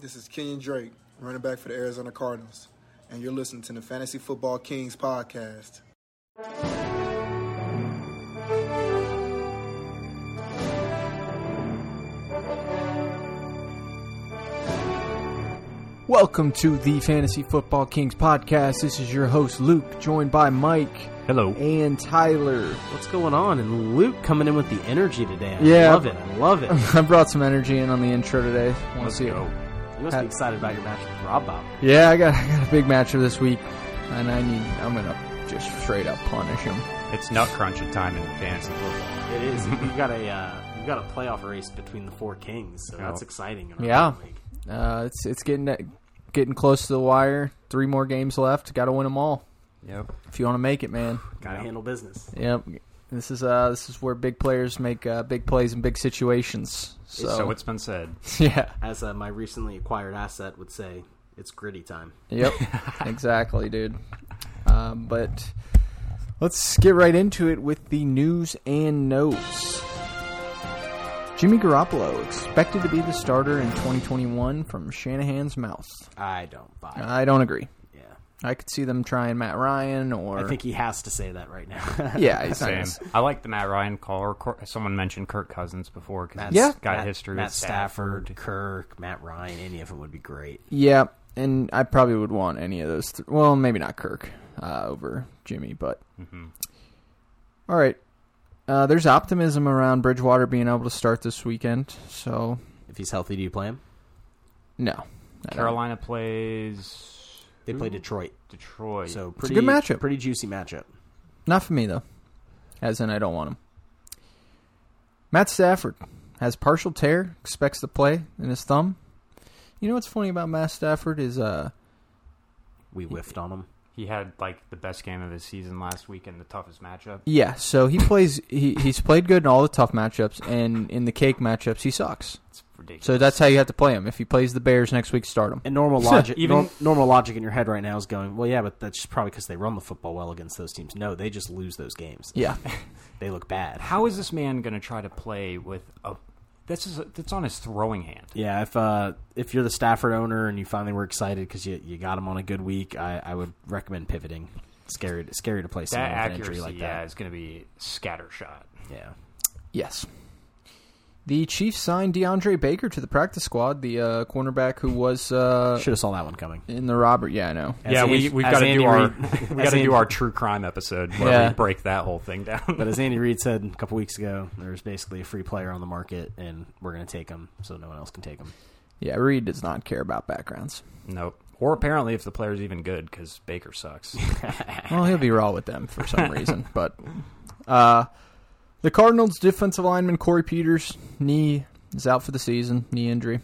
This is Kenyon Drake, running back for the Arizona Cardinals, and you're listening to the Fantasy Football Kings podcast. Welcome to the Fantasy Football Kings podcast. This is your host Luke, joined by Mike Hello. and Tyler. What's going on? And Luke coming in with the energy today. I Yeah. love it. I love it. I brought some energy in on the intro today. Wanna Let's see it? go. You must be excited about your match with Rob Bob. Yeah, I got I got a big matchup this week, and I need I'm gonna just straight up punish him. It's nut crunching time in fantasy football. It is. We've got a uh, we've got a playoff race between the four kings, so that's exciting. in our Yeah. league. Uh, it's it's getting getting close to the wire. Three more games left. Got to win them all Yep. if you want to make it, man. gotta handle business. Yep. This is uh this is where big players make uh, big plays in big situations. So, So it's been said. yeah. As uh, my recently acquired asset would say, it's gritty time. Yep, exactly, dude. Um, but let's get right into it with the news and notes. Jimmy Garoppolo expected to be the starter in 2021 from Shanahan's mouth. I don't buy. it. I don't agree. Yeah, I could see them trying Matt Ryan or I think he has to say that right now. yeah, he's not Same. gonna- I like the Matt Ryan call. Or Cor- someone mentioned Kirk Cousins before because Yeah. got Matt- history Matt with Stafford. Stafford, Kirk, Matt Ryan, any of them would be great. yeah, and I probably would want any of those. Th- well, maybe not Kirk uh, over Jimmy, but All right. Uh, there's optimism around Bridgewater being able to start this weekend, so If he's healthy, do you play him? No. I don't. Carolina plays They play Detroit, Detroit. so a pretty good matchup. Pretty juicy matchup. Not for me, though. As in, I don't want him. Matt Stafford has partial tear, expects to play in his thumb. You know what's funny about Matt Stafford is uh, We whiffed on him. he had like the best game of his season last week and the toughest matchup. yeah, so he plays he, he's played good in all the tough matchups and in the cake matchups he sucks. It's ridiculous. So that's how you have to play him. If he plays the Bears next week, start him. And normal logic, Even- nor- normal logic in your head right now is going, well, yeah, but that's just probably because they run the football well against those teams. No, they just lose those games. Yeah. They look bad. How is this man going to try to play with a? This is that's on his throwing hand. Yeah, if uh, if you're the Stafford owner and you finally were excited because you, you got him on a good week, I, I would recommend pivoting. Scary, scary to play someone That with an injury accuracy, like yeah, that. is going to be scattershot. Yeah, Yes. The Chiefs signed DeAndre Baker to the practice squad, the uh, cornerback who was uh, should have saw that one coming. in the robber. Yeah, I know. As yeah, we Andy- we've as got to do Andy our Reid- we as got to Andy- do our true crime episode where Yeah. we break that whole thing down. But as Andy Reid said a couple weeks ago, there's basically a free player on the market, and we're going to take him, so no one else can take him. Yeah, Reed does not care about backgrounds. Nope. Or apparently, if the player's even good, because Baker sucks. Well, he'll be raw with them for some reason. But uh, the Cardinals' defensive lineman Corey Peters knee is out for the season, knee injury.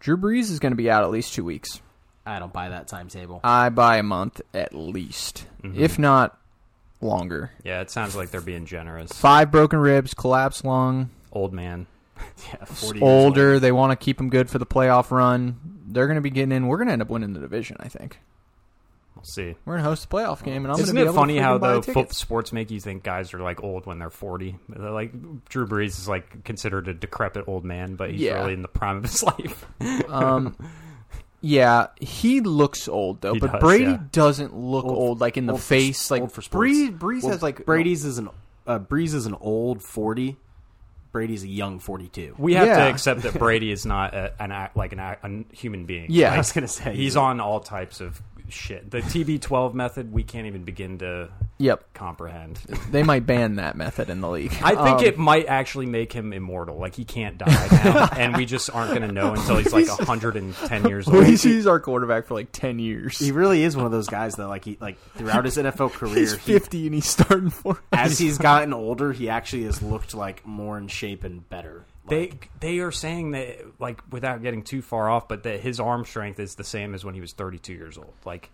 Drew Brees is going to be out at least two weeks. I don't buy that timetable. I buy a month at least, if not longer. yeah, it sounds like they're being generous. Five broken ribs, collapsed lung, Old man. yeah, 40 years older. They want to keep him good for the playoff run. They're going to be getting in. We're going to end up winning the division. I think We'll see. we're going to host the playoff game, and I'm Isn't going to be able it to funny how freaking buy though tickets. fo- sports make you think guys are like old when they're forty? They're like Drew Brees is like considered a decrepit old man, but he's Yeah. really in the prime of his life. Um, yeah, he looks old though, He but does, Brady yeah. doesn't look old, like in the old for- face. like old for sports. Breeze, Breeze Well, has like Brady's is an uh, Breeze is an old forty. Brady's a young forty-two. We have Yeah. to accept that Brady is not a, an act, like an, act- a human being. Yeah. I was gonna say he's on all types of shit. The TB12 method we can't even begin to Yep, comprehend. they might ban that method in the league. I think Um, it might actually make him immortal. Like he can't die now, and we just aren't going to know until he's like 110 years old. He's, he's our quarterback for like ten years. He really is one of those guys that like he like throughout his NFL He's career. He, fifty and he's starting for. as he's gotten older, he actually has looked like more in shape and better. They they are saying that like without getting too far off, but that his arm strength is the same as when he was 32 years old. Like,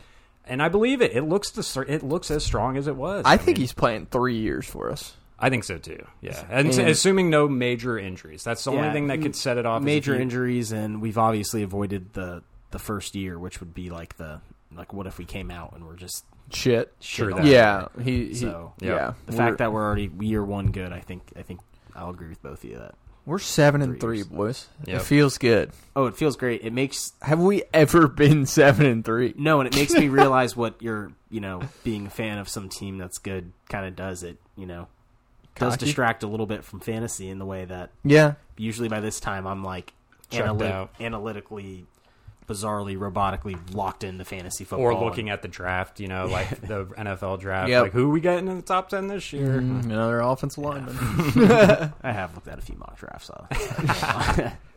and I believe it. It looks the str- it looks as strong as it was. I think mean, he's playing three years for us. I think so too. Yeah, and, And- assuming no major injuries, that's the only Yeah, mm, thing that could set it off. is if major he- injuries, and we've obviously avoided the the first year, which would be like the like what if we came out and we're just Shit. Sure shit that. on- Yeah, he. he So, yeah, yeah. The We're- fact that we're already year one good, I think I think I'll agree with both of you that We're seven and Three three, years. boys. Yep. It feels good. Oh, it feels great. It makes Have we ever been seven and three? no, and it makes me realize what you're, you know, being a fan of some team that's good kind of does it. You know, does Cocky. distract a little bit from fantasy in the way that Yeah, usually by this time I'm like Checked analy- out. analytically, bizarrely, robotically locked into fantasy football. or looking at the draft, you know, like the NFL draft, Yep. like who we getting in the top ten this year? Mm, Mm-hmm. another offensive lineman. I have looked at a few mock drafts. So.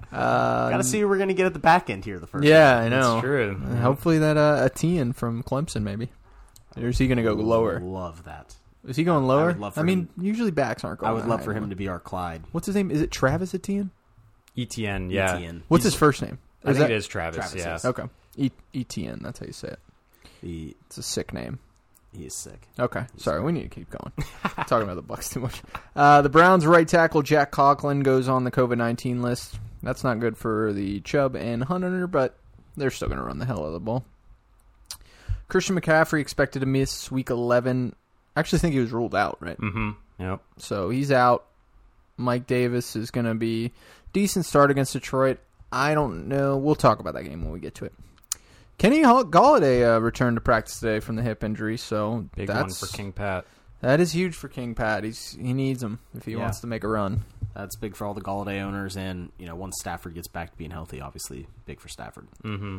Uh, Got to see who we're going to get at the back end here. The first, Yeah, I know. That's true. Mm. And Hopefully that uh, Etienne from Clemson, maybe. Or is he going to go round. lower? Love that. Is he going lower? I, would love for mean, usually backs aren't going. I would that love high. for him to be our Clyde. What's his name? Is it Travis Etienne? E ETN, E yeah, Etienne. What's his first name? I think that- it is Travis. Travis, yeah, yes. Okay, e- Etienne. That's how you say it. He, It's a sick name. he is sick. Okay, sorry, we need to keep going. Talking about the Bucks too much. Uh, the Browns' right tackle Jack Coughlin goes on the COVID nineteen list. That's not good for the Chubb and Hunter, but they're still going to run the hell out of the ball. Christian McCaffrey expected to miss Week eleven. I actually think he was ruled out, right? Mm-hmm. Yep. So he's out. Mike Davis is going to be decent start against Detroit. I don't know. We'll talk about that game when we get to it. Kenny Hall- Galladay uh, returned to practice today from the hip injury, so Big that's one for King Pat. that is huge for King Pat. He's he needs him if he Yeah. wants to make a run. That's big for all the Galladay owners, and you know, once Stafford gets back to being healthy, obviously, big for Stafford. Mm-hmm.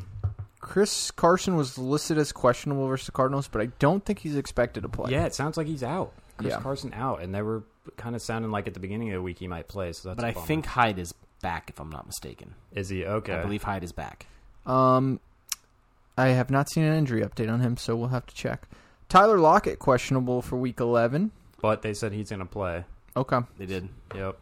Chris Carson was listed as questionable versus the Cardinals, but I don't think he's expected to play. Yeah, it sounds like he's out. Chris Yeah. Carson out, and they were kind of sounding like at the beginning of the week he might play. So that's But a I bummer. think Hyde is back, if I'm not mistaken. is he okay? I believe Hyde is back. Um, I have not seen an injury update on him, so we'll have to check. Tyler Lockett questionable for Week 11. but they said he's going to play. Okay. They did. Yep.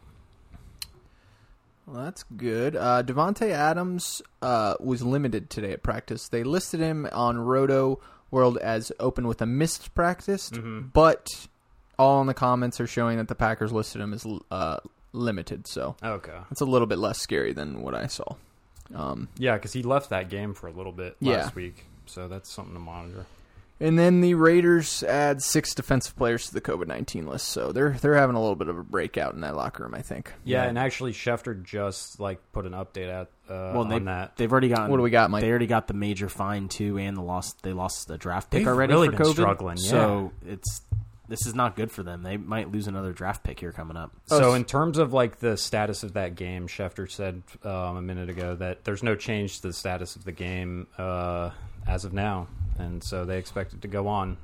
Well, that's good. Uh, Devonte Adams uh, was limited today at practice. They listed him on Roto World as open with a missed practice, Mm-hmm. but all in the comments are showing that the Packers listed him as uh, limited. So Okay. that's a little bit less scary than what I saw. Um, Yeah, because he left that game for a little bit Yeah. last week, so that's something to monitor. and then the Raiders add six defensive players to the COVID nineteen list, so they're they're having a little bit of a breakout in that locker room. I think. Yeah, and actually Schefter just like put an update out uh, Well, on they, that. they've already gotten. Um, What do we got, Mike? They already got the major fine too, and the lost. They lost the draft pick They've already really for been COVID. struggling, yeah. So it's this is not good for them. They might lose another draft pick here coming up. So in terms of like the status of that game, Schefter said um, a minute ago that there's no change to the status of the game uh, as of now, and so they expect it to go on.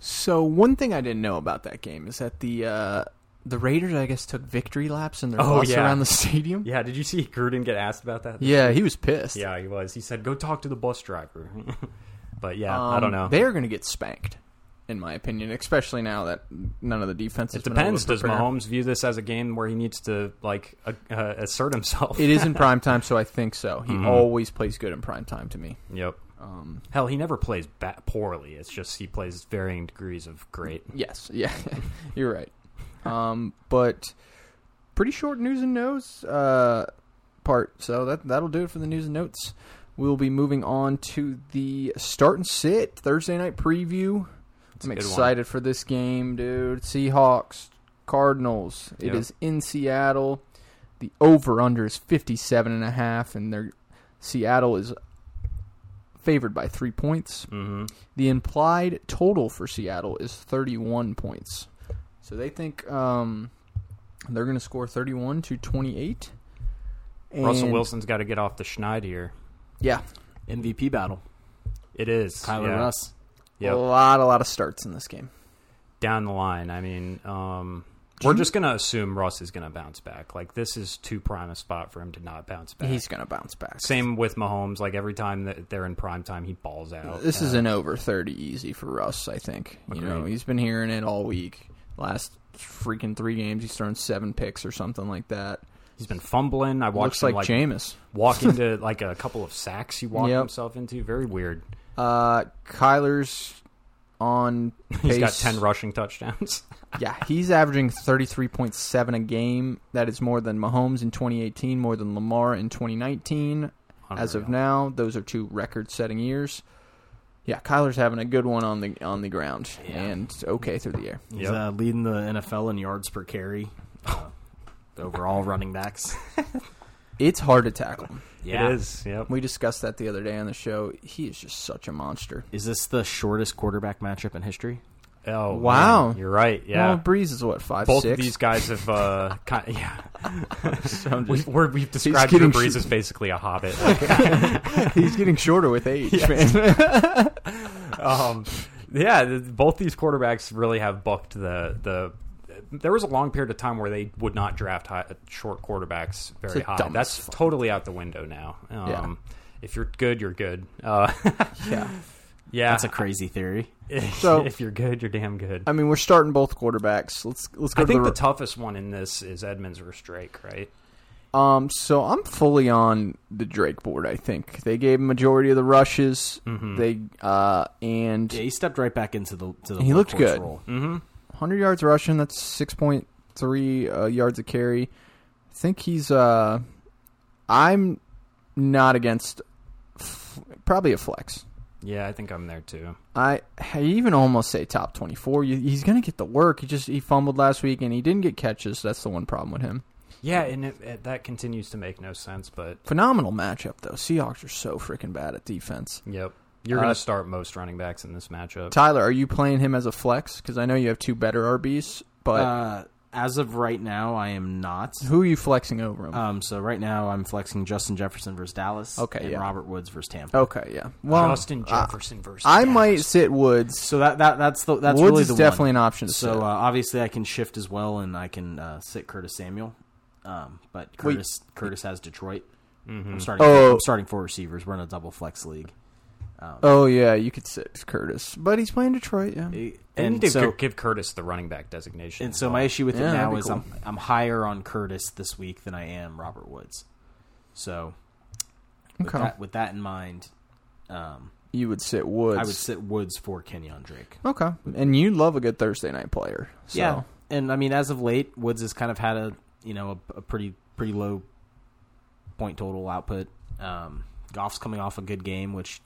So one thing I didn't know about that game is that the uh, the Raiders, I guess, took victory laps in their Oh, bus yeah. around the stadium. Yeah, did you see Gruden get asked about that? Yeah, he was pissed. Yeah, he was. He said, "Go talk to the bus driver." but yeah, I don't Um, know. They're going to get spanked, in my opinion, especially now that none of the defense. has it been able to depends. Does prepare. Mahomes view this as a game where he needs to like uh, uh, assert himself? It is in prime time, so I think so. Mm-hmm. He always plays good in prime time to me. Um, Yep. Hell, he never plays ba- poorly. It's just he plays varying degrees of great. Yes, yeah, you're right. Um, but pretty short news and notes uh, part. So that that'll do it for the news and notes. We'll be moving on to the start and sit Thursday night preview. I'm a good one. excited for this game, dude. Seahawks, Cardinals. It Yep. is in Seattle. The over under is 57 and a half and they're Seattle is favored by 3 points. Mm-hmm. The implied total for Seattle is 31 points. So they think um, they're going to score 31 to 28. And Russell Wilson's got to get off the schneid here. Yeah. MVP battle, It is Kyler yeah. Russ. Yep. A lot, a lot of starts in this game. down the line. I mean, um, we're just going to assume Russ is going to bounce back. Like this is too prime a spot for him to not bounce back. He's going to bounce back. Same with Mahomes. Like every time that they're in prime time, he balls out. Uh, This is an over 30 easy for Russ, I think. You know, Agreed. he's been hearing it all week. Last freaking three games, he's thrown seven picks or something like that. He's been fumbling. I watched Looks like, him like Jameis. walk into like a couple of sacks he walked Yep. himself into. Very weird. Uh, Kyler's on pace. He's got ten rushing touchdowns. Yeah, he's averaging 33.7 a game. That is more than Mahomes in 2018, more than Lamar in 2019. As of Unreal. now, those are two record-setting years. Yeah, Kyler's having a good one on the on the ground and okay through the air. He's Yep. uh, leading the NFL in yards per carry. Uh, overall running backs. It's hard to tackle. Yeah. It is. Yep. We discussed that the other day on the show. He is just such a monster. Is this the shortest quarterback matchup in history? Oh Wow. man, you're right. Yeah. Well, Breeze is what five both six. of these guys have, uh, kind yeah, I'm just- we've, we're, we've described Drew getting Brees sh- as basically a hobbit. Like, he's getting shorter with age, man. um, yeah, th- both these quarterbacks really have bucked the the. There was a long period of time where they would not draft high, short quarterbacks very It's high. dumb That's as fuck. totally out the window now. Um, Yeah. If you're good, you're good. Uh, yeah. yeah, That's a crazy theory. So- if you're good, you're damn good. I mean, we're starting both quarterbacks. Let's let's go I to think the, the toughest one in this is Edmonds versus Drake, right? um. So I'm fully on the Drake board. I think they gave him majority of the rushes. Mm-hmm. They uh and Yeah, he stepped right back into the to the He looked workhorse good. role. 100 yards rushing. That's 6.3 uh, yards a carry. I think he's. Uh, I'm not against f- probably a flex. Yeah, I think I'm there too. I, I even almost say top 24. You, he's going to get the work. He just he fumbled last week and he didn't get catches. That's the one problem with him. Yeah, and it, it, that continues to make no sense, but Phenomenal matchup though. Seahawks are so freaking bad at defense. yep. You're Uh, going to start most running backs in this matchup. Tyler, are you playing him as a flex? Because I know you have two better RBs, but Uh, as of right now, I am not. who are you flexing over him? Um, so right now, I'm flexing Justin Jefferson versus Dallas. Okay, and yeah. Robert Woods versus Tampa. okay, yeah. Well, uh, Justin Jefferson versus I Dallas. might sit Woods. So that, that that's the that's Woods really is the definitely one. an option. To So sit. uh, obviously, I can shift as well, and I can uh, sit Curtis Samuel. Um, but Wait. Curtis Curtis has Detroit. Mm-hmm. I'm starting. Oh. I'm starting four receivers. We're in a double flex league. Um, oh yeah, you could sit Curtis, but he's playing Detroit. Yeah, They need And to so, gi- give Curtis the running back designation. and as so well. my issue with Yeah, it now that'd be is cool. I'm I'm higher on Curtis this week than I am Robert Woods. So with Okay. that with that in mind, um, you would sit Woods. I would sit Woods for Kenyon Drake. Okay, and you love a good Thursday night player. So. Yeah, and I mean, as of late, Woods has kind of had a you know a, a pretty pretty low point total output. Um, Goff's coming off a good game, which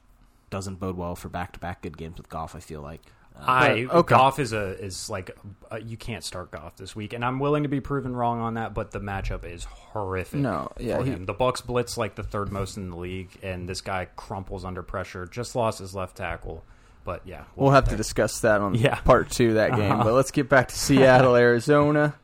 doesn't bode well for back to back good games with Goff. I feel like. Uh, I But- okay. Goff is a is like uh, you can't start Goff this week, and I'm willing to be proven wrong on that. But the matchup is horrific. No, yeah, for he- him. the Bucks blitz like the third most in the league, and this guy crumples under pressure. Just lost his left tackle, but yeah, We'll have to discuss that on Yeah. part two of that game, but let's get back to Seattle, Arizona.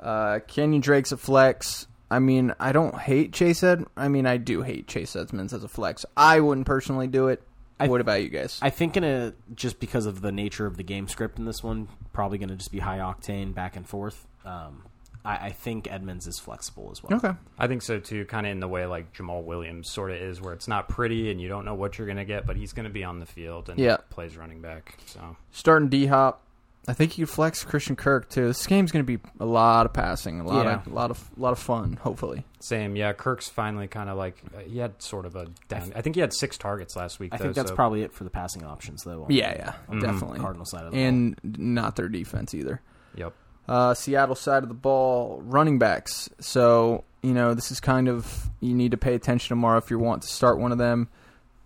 Uh, Kenyon Drake's a flex. I mean, I don't hate Chase Ed. I mean, I do hate Chase Edmonds as a flex. I wouldn't personally do it. I- what about you guys? I think in a just because of the nature of the game script in this one, probably going to just be high octane back and forth. Um, I, I think Edmonds is flexible as well. okay. I think so too. Kind of in the way like Jamal Williams sort of is, where it's not pretty and you don't know what you're going to get, but he's going to be on the field and Yeah. plays running back. So starting D Hop. I think you could flex Christian Kirk too. This game's going to be a lot of passing, a lot of a lot of lot of fun. Hopefully, same, yeah. Kirk's finally kind of like uh, he had sort of a down. I think he had six targets last week. I though, think that's so- probably it for the passing options, though. on yeah, the- yeah, on the definitely. Cardinal side of the ball. and not their defense either. yep. Uh, Seattle side of the ball, running backs. So you know this is kind of you need to pay attention tomorrow if you want to start one of them.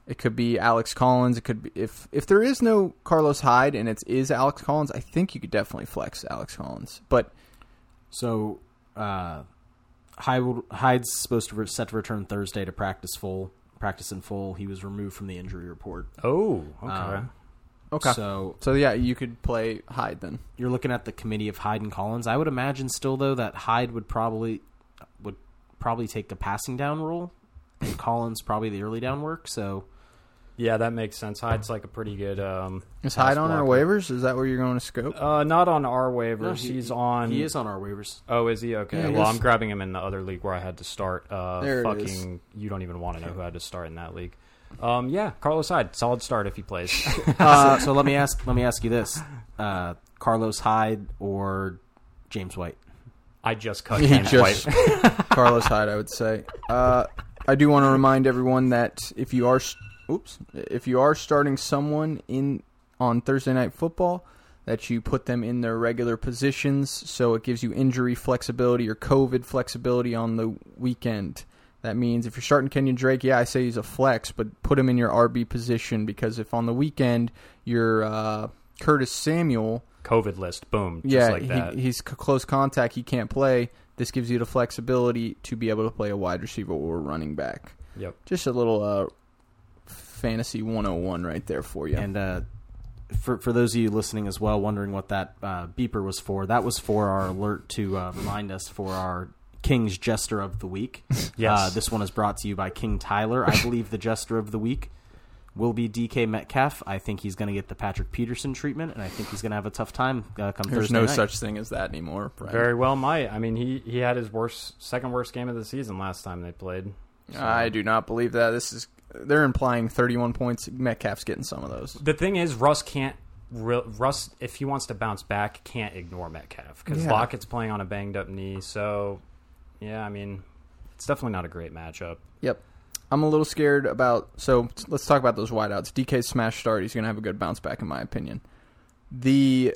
It could be Alex Collins. It could be if if there is no Carlos Hyde and it is Alex Collins. I think you could definitely flex Alex Collins, but So, uh, Hyde, Hyde's supposed to re- set to return Thursday to practice full. Practice in full. He was removed from the injury report. Oh, okay. Um, okay. So, So yeah, you could play Hyde then. you're looking at the committee of Hyde and Collins. I would imagine still though that Hyde would probably would probably take the passing down role, and Collins probably the early down work. So yeah, that makes sense. Hyde's like a pretty good. Um, Is pass Hyde on our blocker. waivers? Is that where you're going to scope? uh, not on our waivers. he's on. He is on our waivers. Oh, is he okay? Yeah, he well, is. I'm grabbing him in the other league where I had to start. Uh, There it fucking, is. you don't even want to know who I had to start in that league. Um, yeah, Carlos Hyde, solid start if he plays. so, so let me ask let me ask you this: uh, Carlos Hyde or James White? I just cut He James just- White. Carlos Hyde, I would say. Uh, I do want to remind everyone that if you are, s- oops, if you are starting someone in on Thursday Night Football, that you put them in their regular positions, so it gives you injury flexibility or COVID flexibility on the weekend. That means if you're starting Kenyon Drake, yeah, I say he's a flex, but put him in your RB position because if on the weekend you're uh, Curtis Samuel, COVID list, boom, just yeah, like that. he, he's c- close contact. He can't play. This gives you the flexibility to be able to play a wide receiver or running back. Yep. Just a little uh, fantasy 101 right there for you. And uh, for for those of you listening as well, wondering what that uh, beeper was for, that was for our alert to uh, remind us for our King's Jester of the Week. Yes. Uh, this one is brought to you by King Tyler. I believe the Jester of the Week will be DK Metcalf. I think he's going to get the Patrick Peterson treatment, and I think he's going to have a tough time uh, come There's Thursday no night. such thing as that anymore. Brian. Very well might. I mean, he, he had his worst, second worst game of the season last time they played. I do not believe that. This is they're implying 31 points. Metcalf's getting some of those. The thing is, Russ can't. Re- Russ, if he wants to bounce back, can't ignore Metcalf because Yeah. Lockett's playing on a banged up knee. So, yeah, I mean, it's definitely not a great matchup. Yep. I'm a little scared about. So t- let's talk about those wideouts. DK's smash start. He's going to have a good bounce back, in my opinion. The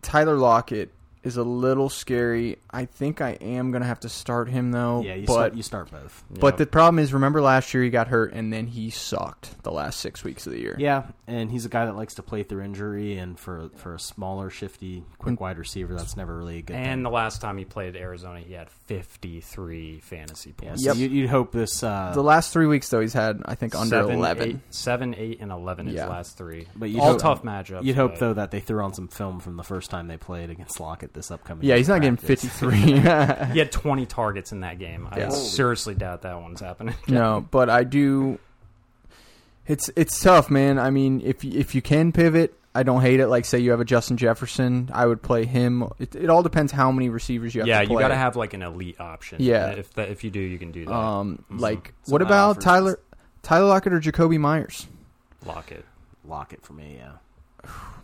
Tyler Lockett is a little scary. I think I am going to have to start him though. Yeah, you, but start, you start both. but Yep. the problem is, remember last year he got hurt and then he sucked the last six weeks of the year. Yeah, and he's a guy that likes to play through injury, and for for a smaller, shifty, quick wide receiver, that's never really a good thing. and the last time he played Arizona, he had 53 fantasy Yeah, points. so Yep. you, you'd hope this, uh, The last three weeks though, he's had I think under Seven, 11. eight- seven, eight, and 11 is Yeah. last three. But you'd All hope- tough matchups. you'd hope but- though that they threw on some film from the first time they played against Lockett this upcoming. Yeah, he's not practice. getting 53. He had 20 targets in that game. I Yeah. seriously doubt that one's happening. No, but I do. It's it's tough, man. I mean, if you- if you can pivot, I don't hate it. Like, say you have a Justin Jefferson, I would play him. It, it all depends how many receivers you have. yeah, to play. you got to have like an elite option. Yeah. If, that, if you do, you can do that. Um, mm-hmm. like, So what that about offers- Tyler Tyler Lockett or Jacoby Myers? Lock it. Lockett for me. Yeah,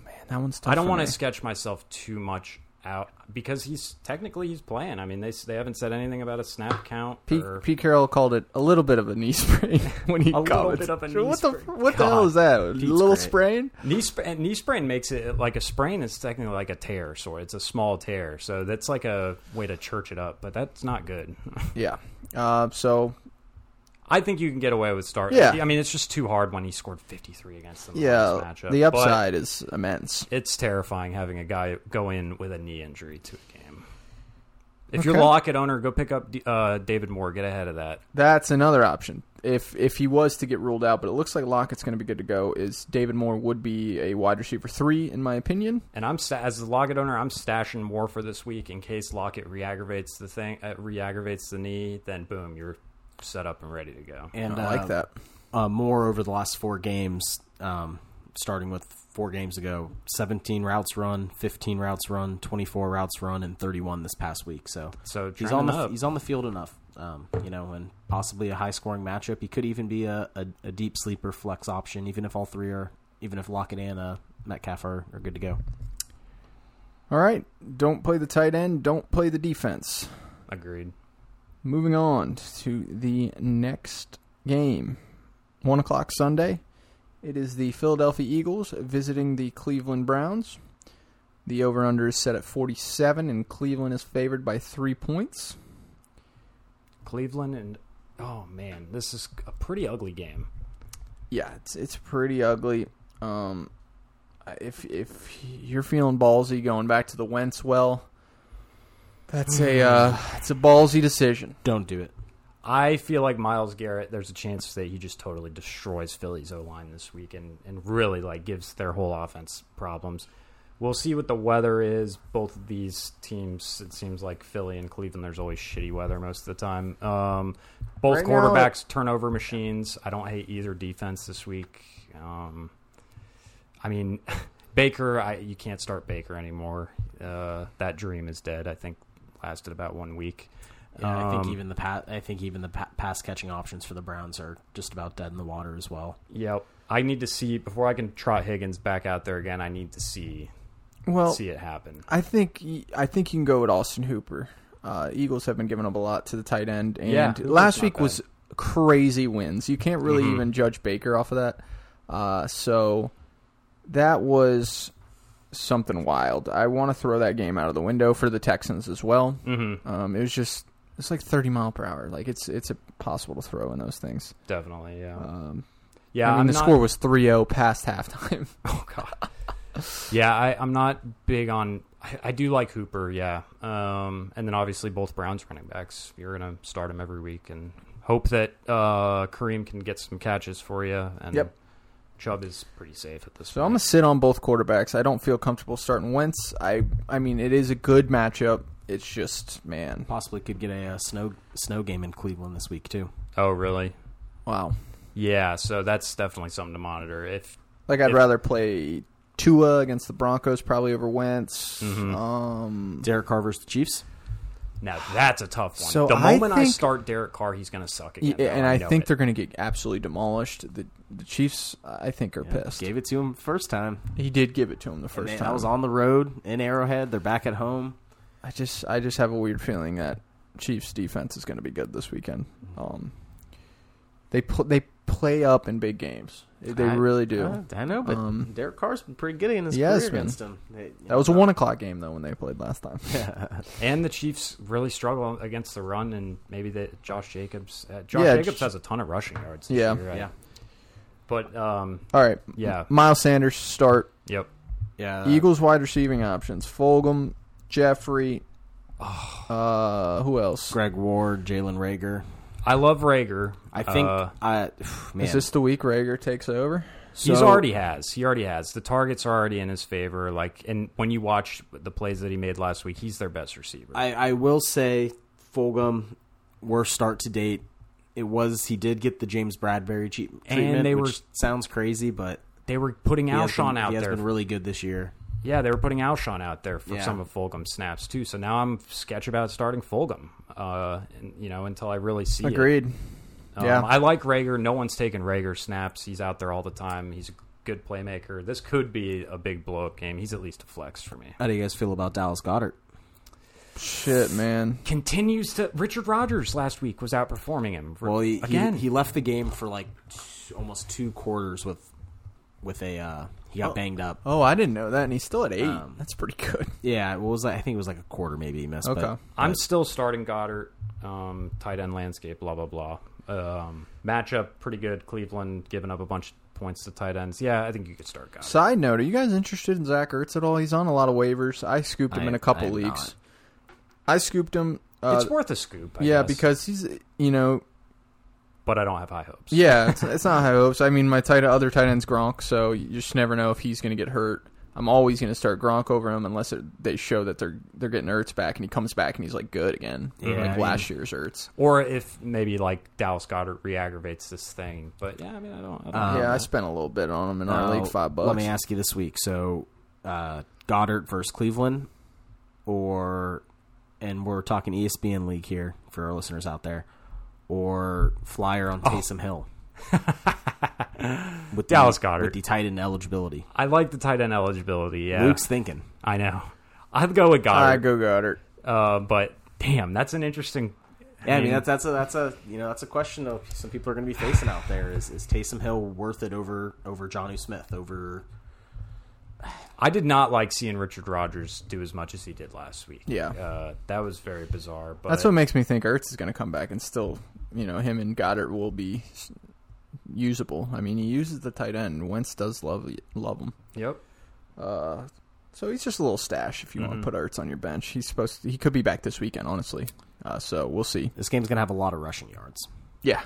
Man, that one's tough. I don't want to to. sketch myself too much out because he's technically he's playing. I mean, they they haven't said anything about a snap count Pete, or Pete Carroll called it a little bit of a knee sprain when he little commented. bit of a So knee what the sprain. what the hell God. is that? a Pete's little great. sprain? knee sp- and knee sprain makes it like a sprain is technically like a tear, so it's a small tear. So that's like a way to church it up, but that's not good. Yeah. Uh, so I think you can get away with starting. Yeah. I mean, it's just too hard when he scored 53 against them. in the yeah, last matchup. the But upside is immense. it's terrifying having a guy go in with a knee injury to a game. If Okay. you're Lockett owner, go pick up D- uh, David Moore. Get ahead of that. That's another option. If if he was to get ruled out, but it looks like Lockett's going to be good to go, is David Moore would be a wide receiver three in my opinion. And I'm sta- as the Lockett owner, I'm stashing more for this week in case Lockett reaggravates the thing, uh, reaggravates the knee. Then boom, you're set up and ready to go. and I uh, like that. Uh, more over the last four games, um, starting with four games ago, seventeen routes run, fifteen routes run, twenty-four routes run, and thirty-one this past week. So So he's trending on the up. he's on the field enough. Um, you know, and possibly a high-scoring matchup. He could even be a, a, a deep sleeper flex option, even if all three are, even if Lockett and uh, Metcalf are, are good to go. All right, don't play the tight end, don't play the defense. Agreed. Moving on to the next game, one o'clock Sunday. It is the Philadelphia Eagles visiting the Cleveland Browns. The over under is set at forty seven, and Cleveland is favored by three points. Cleveland and oh man, this is a pretty ugly game. yeah, it's it's pretty ugly. Um, if if you're feeling ballsy going back to the Wentz, well, that's a uh, it's a ballsy decision. Don't do it. I feel like Miles Garrett. There's a chance that he just totally destroys Philly's O line this week and and really like gives their whole offense problems. We'll see what the weather is. Both of these teams, it seems like Philly and Cleveland. There's always shitty weather most of the time. Um, both Right now- quarterbacks turnover machines. I don't hate either defense this week. Um, I mean, Baker, I, you can't start Baker anymore. Uh, that dream is dead. I think lasted about one week. Yeah, I think Um, even the pa- I think even the pa- pass catching options for the Browns are just about dead in the water as well. Yep. I need to see before I can trot Higgins back out there again. I need to see Well, see it happen. I think y- I think you can go with Austin Hooper. Uh, Eagles have been giving up a lot to the tight end, and Yeah, Hooper's last not Mm-hmm. week was crazy wins. You can't really even judge Baker off of that. Uh, so that was something wild. I want to throw that game out of the window for the Texans as well. Mm-hmm. Um, it was just it's like thirty mile per hour. Like it's it's impossible to throw in those things. Definitely. Yeah. Um, yeah. I mean am the not, oh score was 3-0 past halftime. Yeah. I, I'm not big on I, I do like Hooper, yeah. Um, and then obviously both Browns running backs. You're gonna start them every week and hope that uh, Kareem can get some catches for you. And Yep. Chubb is pretty safe at this So point. I'm gonna sit on both quarterbacks. I don't feel comfortable starting Wentz. I I mean it is a good matchup. It's just man, Possibly could get a, uh snow snow game in Cleveland this week too. oh, really? wow. Yeah. So that's definitely something to monitor. If Like I'd If- rather play Tua against the Broncos probably over Wentz. Mm-hmm. Um, Derek Carver's the Chiefs. now that's a tough one. So the I moment I, think- start Derek Carr, he's gonna suck again. yeah, though. and I, know think it. they're gonna get absolutely demolished. The the Chiefs I think are Yeah, pissed. Gave it to him first time. He did give it to him the First first and time. I was on the road in Arrowhead. They're back at home. I just I just have a weird feeling that Chiefs defense is going to be good this weekend. Um, they pl- they play up in big games. They they I- really do. Uh, I know, but Um, Derek Carr's been pretty good in his Yes, career man. against him. They- you that was a know, one o'clock game though when they played last time. And the Chiefs really struggle against the run, and maybe that Josh Jacobs. Uh, Josh Yeah, Jacobs j- has a ton of rushing yards. This Yeah. year, right? Yeah, But um, All right, Yeah. Miles Sanders start. yep. yeah. Eagles wide receiving options: Fulgham, Jeffrey. Oh. Uh, who else? Greg Ward, Jalen Rager. I love Rager. I think Uh, I man, Is this the week Rager takes over? he's so- already has. He already has. The targets are already in his favor. Like, and when you watch the plays that he made last week, he's their best receiver. I, I will say Fulgham worst start to date. It was he did get the James Bradbury cheap treatment, they were- which sounds crazy, but they were putting he has Alshon been- out he has there. been really good this year. yeah, they were putting Alshon out there for Yeah. some of Fulgham's snaps too. So now I'm sketch about starting Fulgham. Uh, and, you know, until I really see it. Agreed. Um, Yeah. I like Rager. No one's taking Rager snaps. He's out there all the time. He's a good playmaker. This could be a big blow up game. He's at least a flex for me. How do you guys feel about Dallas Goddard? Shit, man. Continues to Richard Rodgers last week was outperforming him. Well, he, again, he, he left the game for like t- almost two quarters with with a uh, he got banged up. Oh, I didn't know that, and he's still at eight. Um, That's pretty good. Yeah, what was that? I think it was like a quarter maybe he missed. Okay. But I'm still starting Goddard, um, tight end landscape, blah blah blah. Um, matchup pretty good. Cleveland giving up a bunch of points to tight ends. Yeah, I think you could start Goddard. Side note: Are you guys interested in Zach Ertz at all? He's on a lot of waivers. I scooped him I- in a couple I'm leagues. not. I scooped him. Uh, it's worth a scoop. I yeah, guess, because he's you know but I don't have high hopes. yeah it's, it's not high hopes. I mean my tight other tight end's Gronk, so you just never know if he's going to get hurt. I'm always going to start Gronk over him unless it, they show that they're they're getting Ertz back and he comes back and he's like good again, Yeah, like I mean- last year's Ertz. Or if maybe like Dallas Goddard reaggravates this thing, but yeah, I mean I don't. Uh, I don't Um, yeah, I spent a little bit on him in Now, our league, five bucks. Uh, Let me ask you this week. So uh, Goddard versus Cleveland, or and we're talking E ESPN league here for our listeners out there, or flyer on Taysom Hill with the- Dallas Goedert. with the tight end eligibility. I like the tight end eligibility. Yeah, Luke's thinking. I know. I'd go with All right, go Goddard, Goddard. uh, but damn, that's an interesting. Yeah, I mean that's that's a that's a you know that's a question of some people are going to be facing out there. Is is Taysom Hill worth it over over Johnny Smith over? I did not like seeing Richard Rodgers do as much as he did last week. Yeah. uh, that was very bizarre. But That's what makes me think Ertz is going to come back and still, you know, him and Goddard will be s- usable. I mean, he uses the tight end. Wentz does love love him, Yep. so he's just a little stash if you Mm-hmm. want to put Ertz on your bench. He's supposed to, he could be back this weekend, honestly. Uh, so we'll see. This game's going to have a lot of rushing yards. Yeah,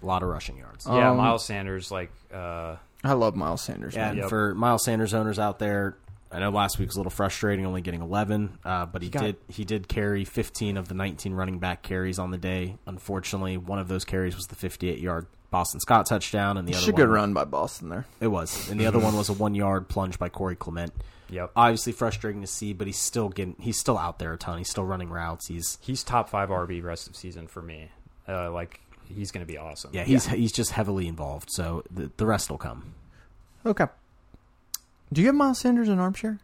A lot of rushing yards. Yeah, Um, Miles Sanders, like, uh, I love Miles Sanders. Yeah, man. and Yep. for Miles Sanders owners out there, I know last week was a little frustrating, only getting 11, uh, but he, got- did he did carry 15 of the 19 running back carries on the day. Unfortunately, one of those carries was the 58 yard Boston Scott touchdown, and the It's other a good one- run Mm-hmm. by Boston there. it was, and the other one was a one yard plunge by Corey Clement. yep. Obviously frustrating to see, but he's still getting he's still out there a ton. He's still running routes. He's he's top five RB rest of season for me. Uh, like, he's going to be awesome. yeah he's he's just heavily involved. So the, the rest will come. Okay. Do you have Miles Sanders in armchair?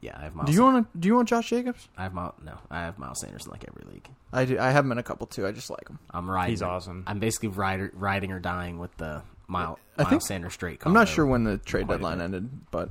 Yeah, I have Miles. Do you want to? Do you want Josh Jacobs? I have Miles. No, I have Miles Sanders in like every league. I do. I have him in a couple too. I just like him. I'm riding. He's awesome. I'm basically rider, riding or dying with the mile, I mile think- Sanders straight. I'm not combo. sure when the trade Quite a deadline bit. ended, but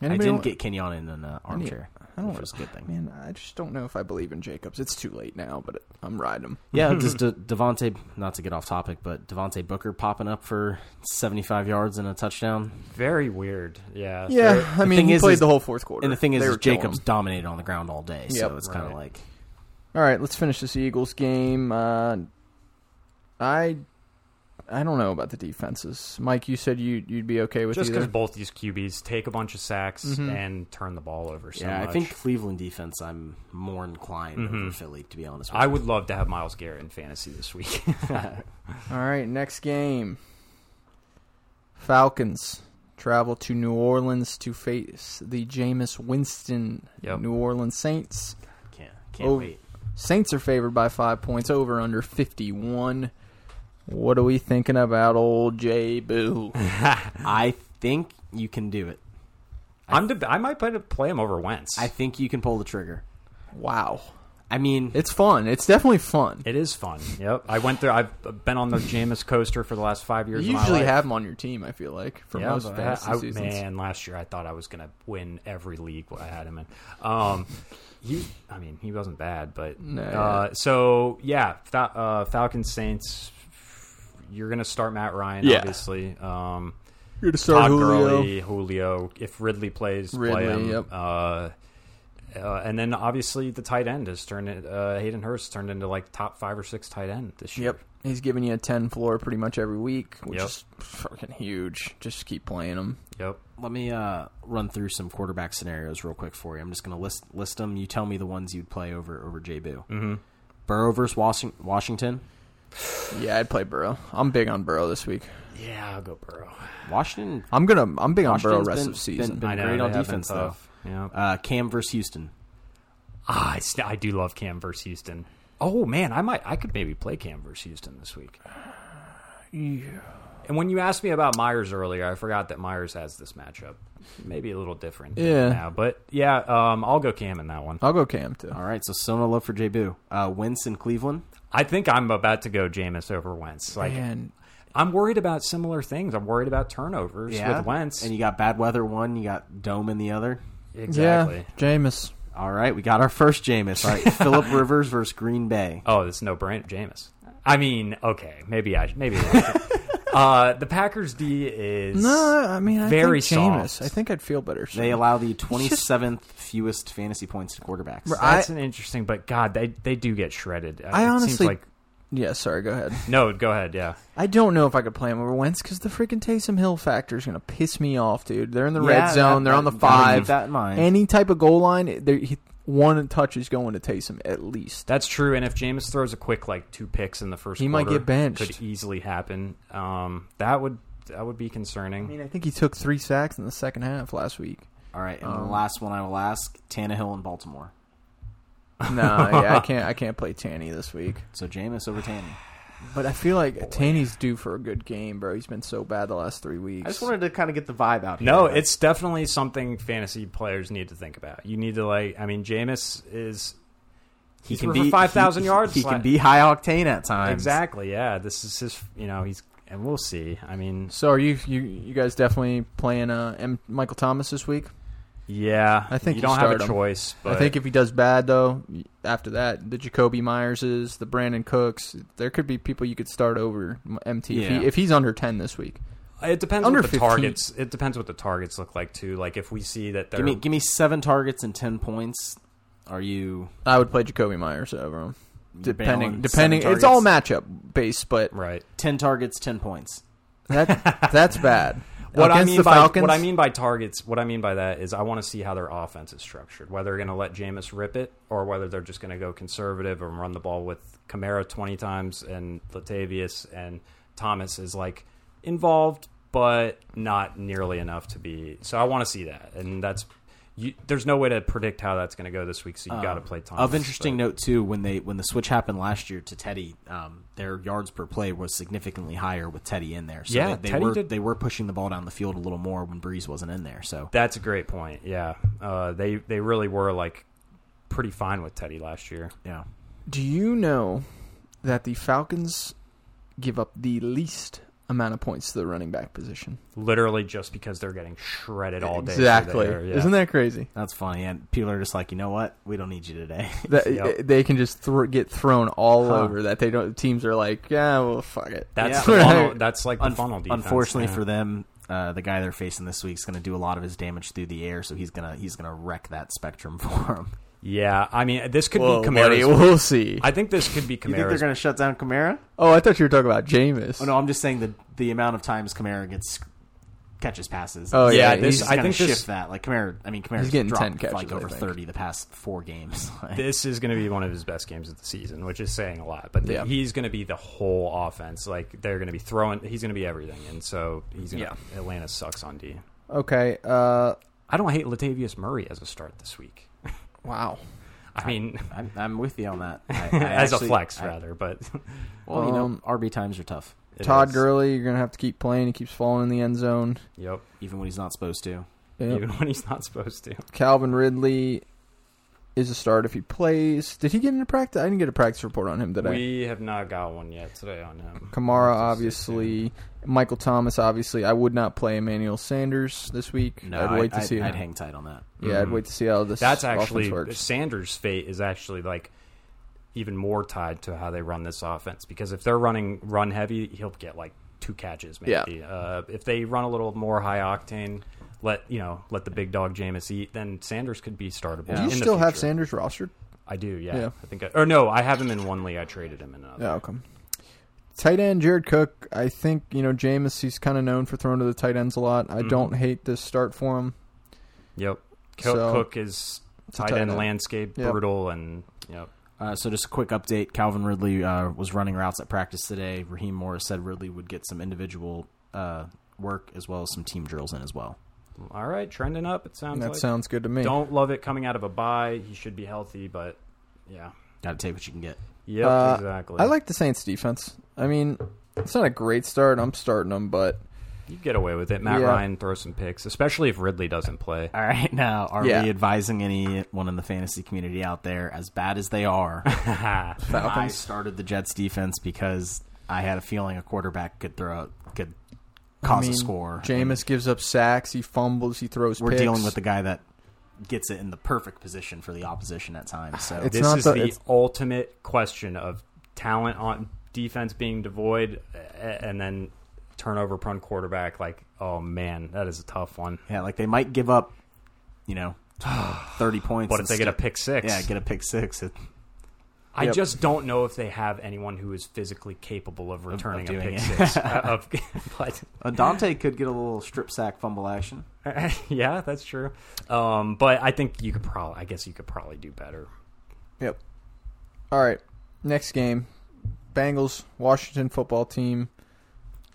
I anybody didn't want- get Kenyon in an uh, armchair. I don't which is a good thing. Man, I just don't know if I believe in Jacobs. It's too late now, but I'm riding him. Yeah, just De- Devonte. Not to get off topic, but Devonte Booker popping up for seventy-five yards and a touchdown. Very weird. Yeah. Yeah, I mean, thing he is- played is- the whole fourth quarter. And the thing is, They is were killing Jacobs him. dominated on the ground all day, so Yep. it's kind of Right. like All right, let's finish this Eagles game. Uh, I I don't know about the defenses. Mike, you said you you'd be okay with Just because either. both these QBs take a bunch of sacks and turn the ball over so yeah. much. I think Cleveland defense. I'm more inclined over Mhm. Philly, to be honest. With I you. would love to have Miles Garrett in fantasy this week. All right, next game. Falcons travel to New Orleans to face the Jameis Winston Yep. New Orleans Saints. can't can't Oh. wait. Saints are favored by five points over under 51. What are we thinking about old J Boo? I think you can do it. I'm deb- I might play, play him over Wentz. I think you can pull the trigger. wow. I mean, It's fun. It's definitely fun. it is fun. Yep. I went through. I've been on the Jameis coaster for the last five years. You of my usually life. have them on your team, I feel like, for Yeah, most but fantasy I, I- seasons. man, last year I thought I was going to win every league I had him in. Um, he, I mean, he wasn't bad, but No, uh, so yeah, Fa- uh, Falcons Saints. You're going to start Matt Ryan, Yeah. obviously. Um, You're to Todd start Julio. Gurley, Julio. If Ridley plays, Ridley, play him. yep. Uh, uh, and then obviously the tight end has turned it. Uh, Hayden Hurst turned into like top five or six tight end this year. Yep. He's giving you a 10 floor pretty much every week, which Yep. is fucking huge. Just keep playing him. Yep. let me uh, run through some quarterback scenarios real quick for you. I'm just going to list list them. You tell me the ones you'd play over over J. Boo. Mm-hmm. Burrow versus Washing- Washington. Yeah, I'd play Burrow. I'm big on Burrow this week. Yeah, I'll go Burrow. Washington. I'm gonna. I'm big on Burrow Washington's rest been- of season. been- I know great they on have been defense, tough. Yeah. Uh, Cam versus Houston. Ah, I, st- I do love Cam versus Houston. Oh man, I might I could maybe play Cam versus Houston this week. And when you asked me about Myers earlier, I forgot that Myers has this matchup. Maybe a little different. than Yeah. Now, but yeah, um, I'll go Cam in that one. I'll go Cam too. All right, so similar love for J. Boo. Uh, Wentz in Cleveland. I think I'm about to go Jameis over Oh, Wentz. Like Man, I'm worried about similar things. I'm worried about turnovers with Wentz. And you got bad weather one. You got Dome in the other. exactly. yeah, Jameis. All right, we got our first Jameis. All right, Philip Rivers versus Green Bay. Oh, it's no brainer, Jameis. I mean, okay, maybe I maybe. I- uh, the Packers D is No, I mean, I very think Jameis. soft. I think I'd feel better. They allow the 27th fewest fantasy points to quarterbacks. That's I- an interesting, but God, they they do get shredded. Uh, I it honestly- seems like yeah, sorry. Go ahead. no. Go ahead, yeah. I don't know if I could play him over Wentz because the freaking Taysom Hill factor is gonna piss me off, dude. They're in the Yeah, red zone. that- they're on the that- gotta five. keep That in mind. Any type of goal line, there- he, one touch is going to Taysom at least. That's true. And if Jameis throws a quick like two picks in the first, He might quarter, get benched. Could easily happen. Um, that would that would be concerning. I mean, I think he took three sacks in the second half last week. All right, and the last one I will ask: Tannehill and Baltimore. No, yeah, I can't. I can't play Tanny this week. So Jameis over Tannehill. But I feel like Tanny's due for a good game, bro. He's been so bad the last three weeks. I just wanted to kind of get the vibe out. Here. no, it's definitely something fantasy players need to think about. You need to like. I mean, Jameis is he he's for 5,000 he- yards. He can Like- be high octane at times. exactly yeah. This is his. You know, he's and we'll see. I mean, So are you you you guys definitely playing uh M- Michael Thomas this week? yeah. I think you you don't have a start him. choice. But I think if he does bad though, after that the Jacoby Myerses, the Brandon Cooks, there could be people you could start over M- MT if, Yeah. he, if he's under ten this week. it depends under what the 15. targets. It depends what the targets look like too. Like if we see that they're Give me give me seven targets and ten points. Are you I would play Jacoby Myers over him. Depending, bailing depending, seven it's all targets? matchup based, but right. ten targets, ten points? that that's bad. what Against I mean the by Falcons, what I mean by targets, what I mean by that is I want to see how their offense is structured. Whether they're going to let Jameis rip it, or whether they're just going to go conservative and run the ball with Kamara twenty times and Latavius and Thomas is like involved, but not nearly enough to be. So I want to see that, and that's you, there's no way to predict how that's going to go this week. So you got to play Thomas. Um, Of interesting but- note too, when they when the switch happened last year to Teddy, um, their yards per play was significantly higher with Teddy in there. So Yeah, they, they Teddy were did- they were pushing the ball down the field a little more when Breeze wasn't in there. So that's a great point. Yeah, uh, they they really were like pretty fine with Teddy last year. yeah, Do you know that the Falcons give up the least amount of points to the running back position. Literally just because they're getting shredded all day. exactly. through there, yeah. Isn't that crazy? That's funny. And people are just like, you know what? We don't need you today. That eh, Yep. they can just thro- get thrown all Huh. over. That they don't. Teams are like, yeah, well, fuck it. That's Yeah. the funnel, that's like the Un- funnel defense. unfortunately yeah. for them, uh, the guy they're facing this week is going to do a lot of his damage through the air, so he's gonna he's gonna wreck that spectrum for him. Yeah, I mean this could Whoa, be buddy, Kamara's. we'll see. I think this could be You think they're Kamara's. going to shut down Kamara? oh, I thought you were talking about Jameis. Oh no, I'm just saying that the amount of times Kamara gets catches passes. Oh, It's yeah, gonna- this- it's I gonna think this- shift that. Like Kamara, I mean Kamara's He's getting dropped 10 catches, like I over think. 30 the past four games. Like, this is going to be one of his best games of the season, which is saying a lot. But the- Yeah. he's going to be the whole offense. Like they're going to be throwing. He's going to be everything, and so he's going. to Atlanta sucks on D. Okay. Uh, I don't hate Latavius Murray as a start this week. wow. I mean, I'm, I'm with you on that. I, I as actually- a flex I- rather, but Well, you know, Um, RB times are tough, it Todd is. Gurley, you're gonna have to keep playing. He keeps falling in the end zone. Yep. even when he's not supposed to. Yep. Even when he's not supposed to. Calvin Ridley is a start if he plays. Did he get into practice? I didn't get a practice report on him today. We have not got one yet today on him. Kamara, Just sit obviously. Michael Thomas, obviously. I would not play Emmanuel Sanders this week. No, I'd wait to I'd, see. I'd hang tight on that. yeah, I'd wait to see how this. Mm-hmm. That's actually offense works. Sanders' fate is actually like even more tied to how they run this offense because if they're running run heavy, he'll get like two catches maybe. Uh, if they run a little more high octane, let you know let the big dog Jameis eat, then Sanders could be startable. Do you in the stider have future. Sanders rostered? I do. Yeah, Yeah. I think. I, or no, I have him in one league. I traded him in another. Yeah, okay. Tight end Jared Cook. I think you know Jameis. He's kind of known for throwing to the tight ends a lot. I Mhm. don't hate this start for him. Yep. Cook, So- Cook is It's a tight tight end end. landscape Yep. brutal and yep. Uh, so just a quick update: Calvin Ridley uh, was running routes at practice today. Raheem Morris said Ridley would get some individual uh, work as well as some team drills in as well. All right, trending up. It sounds that like. sounds good to me. Don't love it coming out of a bye. He should be healthy, but yeah. Got to take what you can get. Yep, Uh, exactly. I like the Saints defense. I mean, it's not a great start. I'm starting them, but you get away with it. Matt Yeah. Ryan throws some picks, especially if Ridley doesn't play. All right, now are Yeah. we advising anyone in the fantasy community out there, as bad as they are? I Falcons. started the Jets defense because I had a feeling a quarterback could throw could cause I mean, a score. Jameis gives up sacks. He fumbles. He throws. We're picks. dealing with the guy that gets it in the perfect position for the opposition at times. So It's this not is the- the, it's- ultimate question of talent on defense being devoid a- and then turnover prone quarterback. Like, oh man, that is a tough one. Yeah, like they might give up, you know, thirty points. But and if they get a still- pick six, yeah, get a pick six. It, I Yep. just don't know if they have anyone who is physically capable of returning a doing pick it. six. Uh, of, but Dante could get a little strip sack fumble action. yeah, that's true. Um, but I think you could probably, I guess you could probably do better. Yep. All right. Next game, Bengals Washington football team.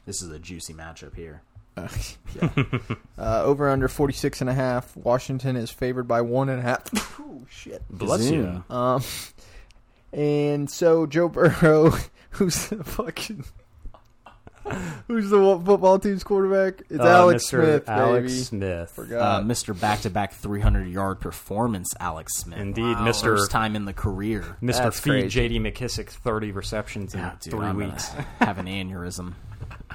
This is a juicy matchup here. Uh, yeah. uh, over under 46 and a half. Washington is favored by one and a half. oh shit. Bless you. Um, and so Joe Burrow, who's the fucking, who's the wo- football team's quarterback? It's Uh, Alex Mr. Smith, Alex baby. Smith. Uh, Forgot. Mr. Back to back 300 yard performance, Alex Smith. Indeed, Mr. First time in the career. Mr. That's Feed crazy. J.D. McKissick 30 receptions in Yeah, dude, 3 I'm gonna weeks. Have an aneurysm.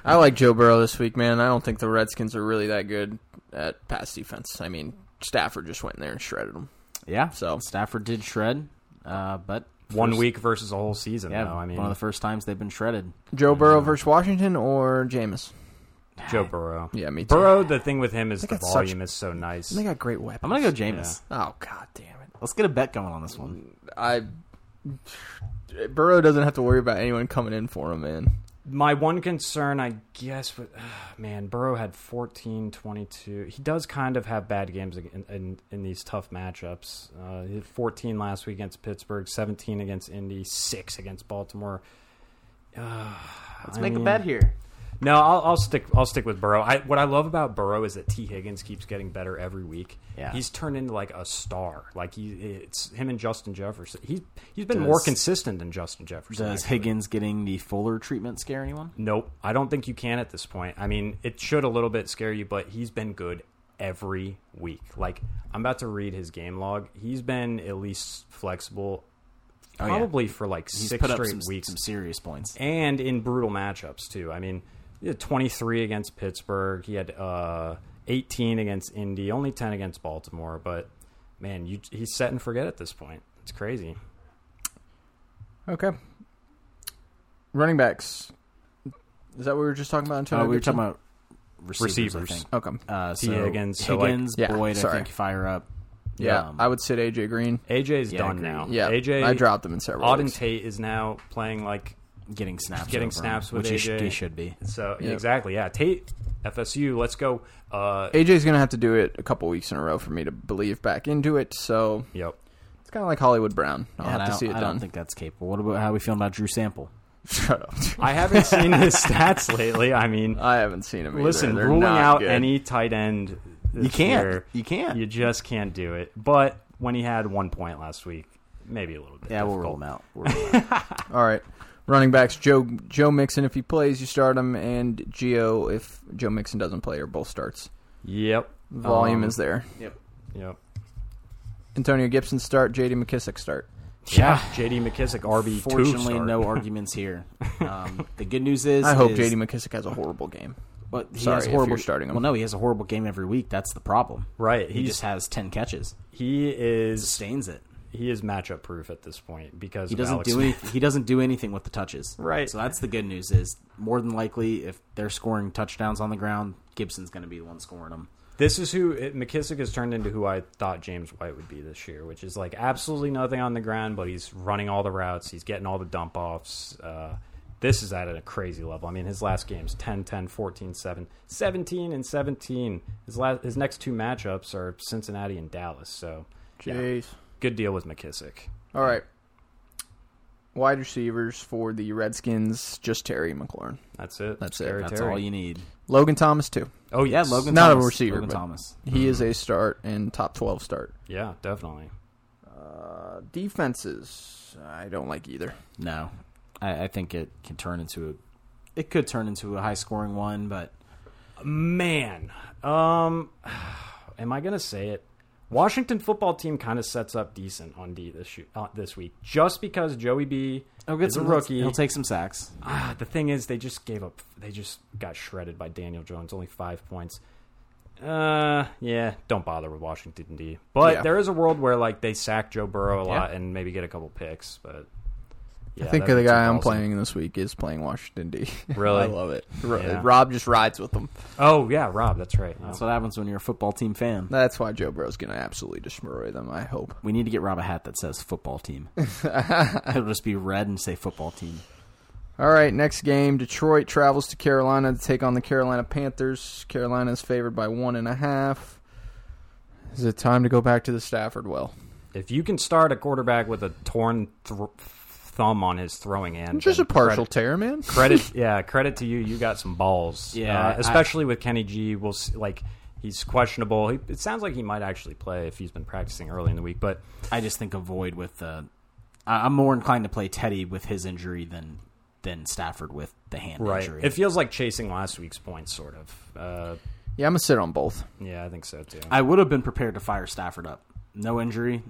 I like Joe Burrow this week, man. I don't think the Redskins are really that good at pass defense. I mean, Stafford just went in there and shredded them. Yeah. So- Stafford did shred, uh, but One first- week versus a whole season. Yeah, though. I mean, one of the first times they've been shredded. Joe Burrow versus Washington or Jameis? Joe Burrow. Yeah, me too. Burrow, the thing with him is They the got such- volume is so nice. They got great weapons. I'm gonna go Jameis. Oh god damn it! Let's get a bet going on this Mm, one. I Burrow doesn't have to worry about anyone coming in for him, man. My one concern, I guess, with, man, Burrow had 14, 22. He does kind of have bad games in, in, in these tough matchups. Uh, he had 14 last week against Pittsburgh, 17 against Indy, 6 against Baltimore. Uh, Let's I make mean- a bet here. No, I'll, I'll stick. I'll stick with Burrow. I, what I love about Burrow is that T. Higgins keeps getting better every week. Yeah. he's turned into like a star. Like he, it's him and Justin Jefferson. He's he's been Does- more consistent than Justin Jefferson. Does actually. Higgins getting the Fuller treatment scare anyone? Nope. I don't think you can at this point. I mean, it should a little bit scare you, but he's been good every week. Like I'm about to read his game log. He's been at least flexible, Oh, yeah. probably for like He's six put up straight some, weeks some serious points. and in brutal matchups too. I mean, he had 23 against Pittsburgh. He had uh, 18 against Indy, only 10 against Baltimore. But man, you, he's set and forget at this point. It's crazy. Okay. Running backs. Is that what we were just talking about, Uh, Antonio? we were Gibson? talking about receivers. Receivers. Oh, I think. Okay. Uh, T. so Higgins, Higgins, so, like- Yeah, Boyd. sorry. I think fire up. Yeah, Um, I would sit AJ Green. AJ's Yeah, done agreed. now. Yeah, AJ. I dropped them in several. Auden leagues. Tate is now playing like getting snaps, Getting over him, snaps with which he sh- AJ. he should be. so. Yep. Exactly. Yeah. Tate, FSU. Let's go. Uh, AJ's gonna have to do it a couple weeks in a row for me to believe back into it. So yep. it's kind of like Hollywood Brown. I'll Yeah, and have I to don't, see it I done. don't think that's capable. What about how we feeling about Drew Sample? Shut up. I haven't seen his stats lately. I mean, Uh, I haven't seen him. either. listen, They're ruling not out good. any tight end. this You can't. year, You can't. You just can't do it. But when he had one point last week, maybe a little bit. Yeah, we'll roll difficult. him out. We'll roll him out. All right. Running backs, Joe Joe Mixon, if he plays, you start him, and Geo, if Joe Mixon doesn't play, or both starts. Yep. Volume Um, is there. Yep. Antonio Gibson start, J.D. McKissick start. Yeah. J.D. McKissick RB two. Fortunately, no arguments here. Um, the good news is, I hope is- J.D. McKissick has a horrible game. But he Sorry has if horrible you're starting him. Well, no, he has a horrible game every week. That's the problem. Right. He He's, just has ten catches. he is Sustains it. he is matchup proof at this point because He of doesn't Alex do Smith. any, He doesn't do anything with the touches. Right. So that's the good news is more than likely if they're scoring touchdowns on the ground, Gibson's going to be the one scoring them. This is who it, McKissick has turned into. Who I thought James White would be this year, which is like absolutely nothing on the ground, but he's running all the routes. He's getting all the dump offs. Uh, this is at a crazy level. I mean, his last games 10, 10, 14, 7, 17, and 17. His, last, his next two matchups are Cincinnati and Dallas. So, yeah, Jeez. good deal with McKissick. All right. Wide receivers for the Redskins, just Terry McLaurin. That's it. That's it. Terry, That's Terry. all you need. Logan Thomas, too. Oh, Yeah, yes. Logan. Not a Thomas. receiver, Logan but- Thomas. He is a start and top 12 start. Yeah, definitely. Uh, defenses, I don't like either. No, I, I think it can turn into a. It could turn into a high scoring one, but Man, um, am I gonna say it? Washington football team kind of sets up decent on D this year, uh, this week, just because Joey B is a Oh, rookie. Oh, He'll take some sacks. Ah, the thing is, they just gave up. They just got shredded by Daniel Jones, only five points. Uh, yeah, don't bother with Washington D. But Yeah. there is a world where like they sack Joe Burrow a Yeah. lot and maybe get a couple picks. But yeah, I think that'd the be too guy I'm ballsy. playing this week is playing Washington D. Really? I love it. Ro- Yeah. Rob just rides with them. Oh yeah, Rob, that's right. That's Oh. what happens when you're a football team fan. That's why Joe Burrow's going to absolutely destroy them, I hope. We need to get Rob a hat that says football team. It'll just be red and say football team. All right, next game. Detroit travels to Carolina to take on the Carolina Panthers. Carolina is favored by one and a half. Is it time to go back to the Stafford well? If you can start a quarterback with a torn thr thumb on his throwing hand, Just then a partial credit- tear, man. Credit, yeah, credit to you. You got some balls. Uh, Yeah, I- especially with Kenny G. We'll see, like he's questionable. He, it sounds like he might actually play if he's been practicing early in the week. But I just think avoid with the. I- I'm more inclined to play Teddy with his injury than than Stafford with the hand injury. it feels like chasing last week's points, sort of. Uh, Yeah, I'm going to sit on both. yeah, I think so too. I would have been prepared to fire Stafford up. No injury.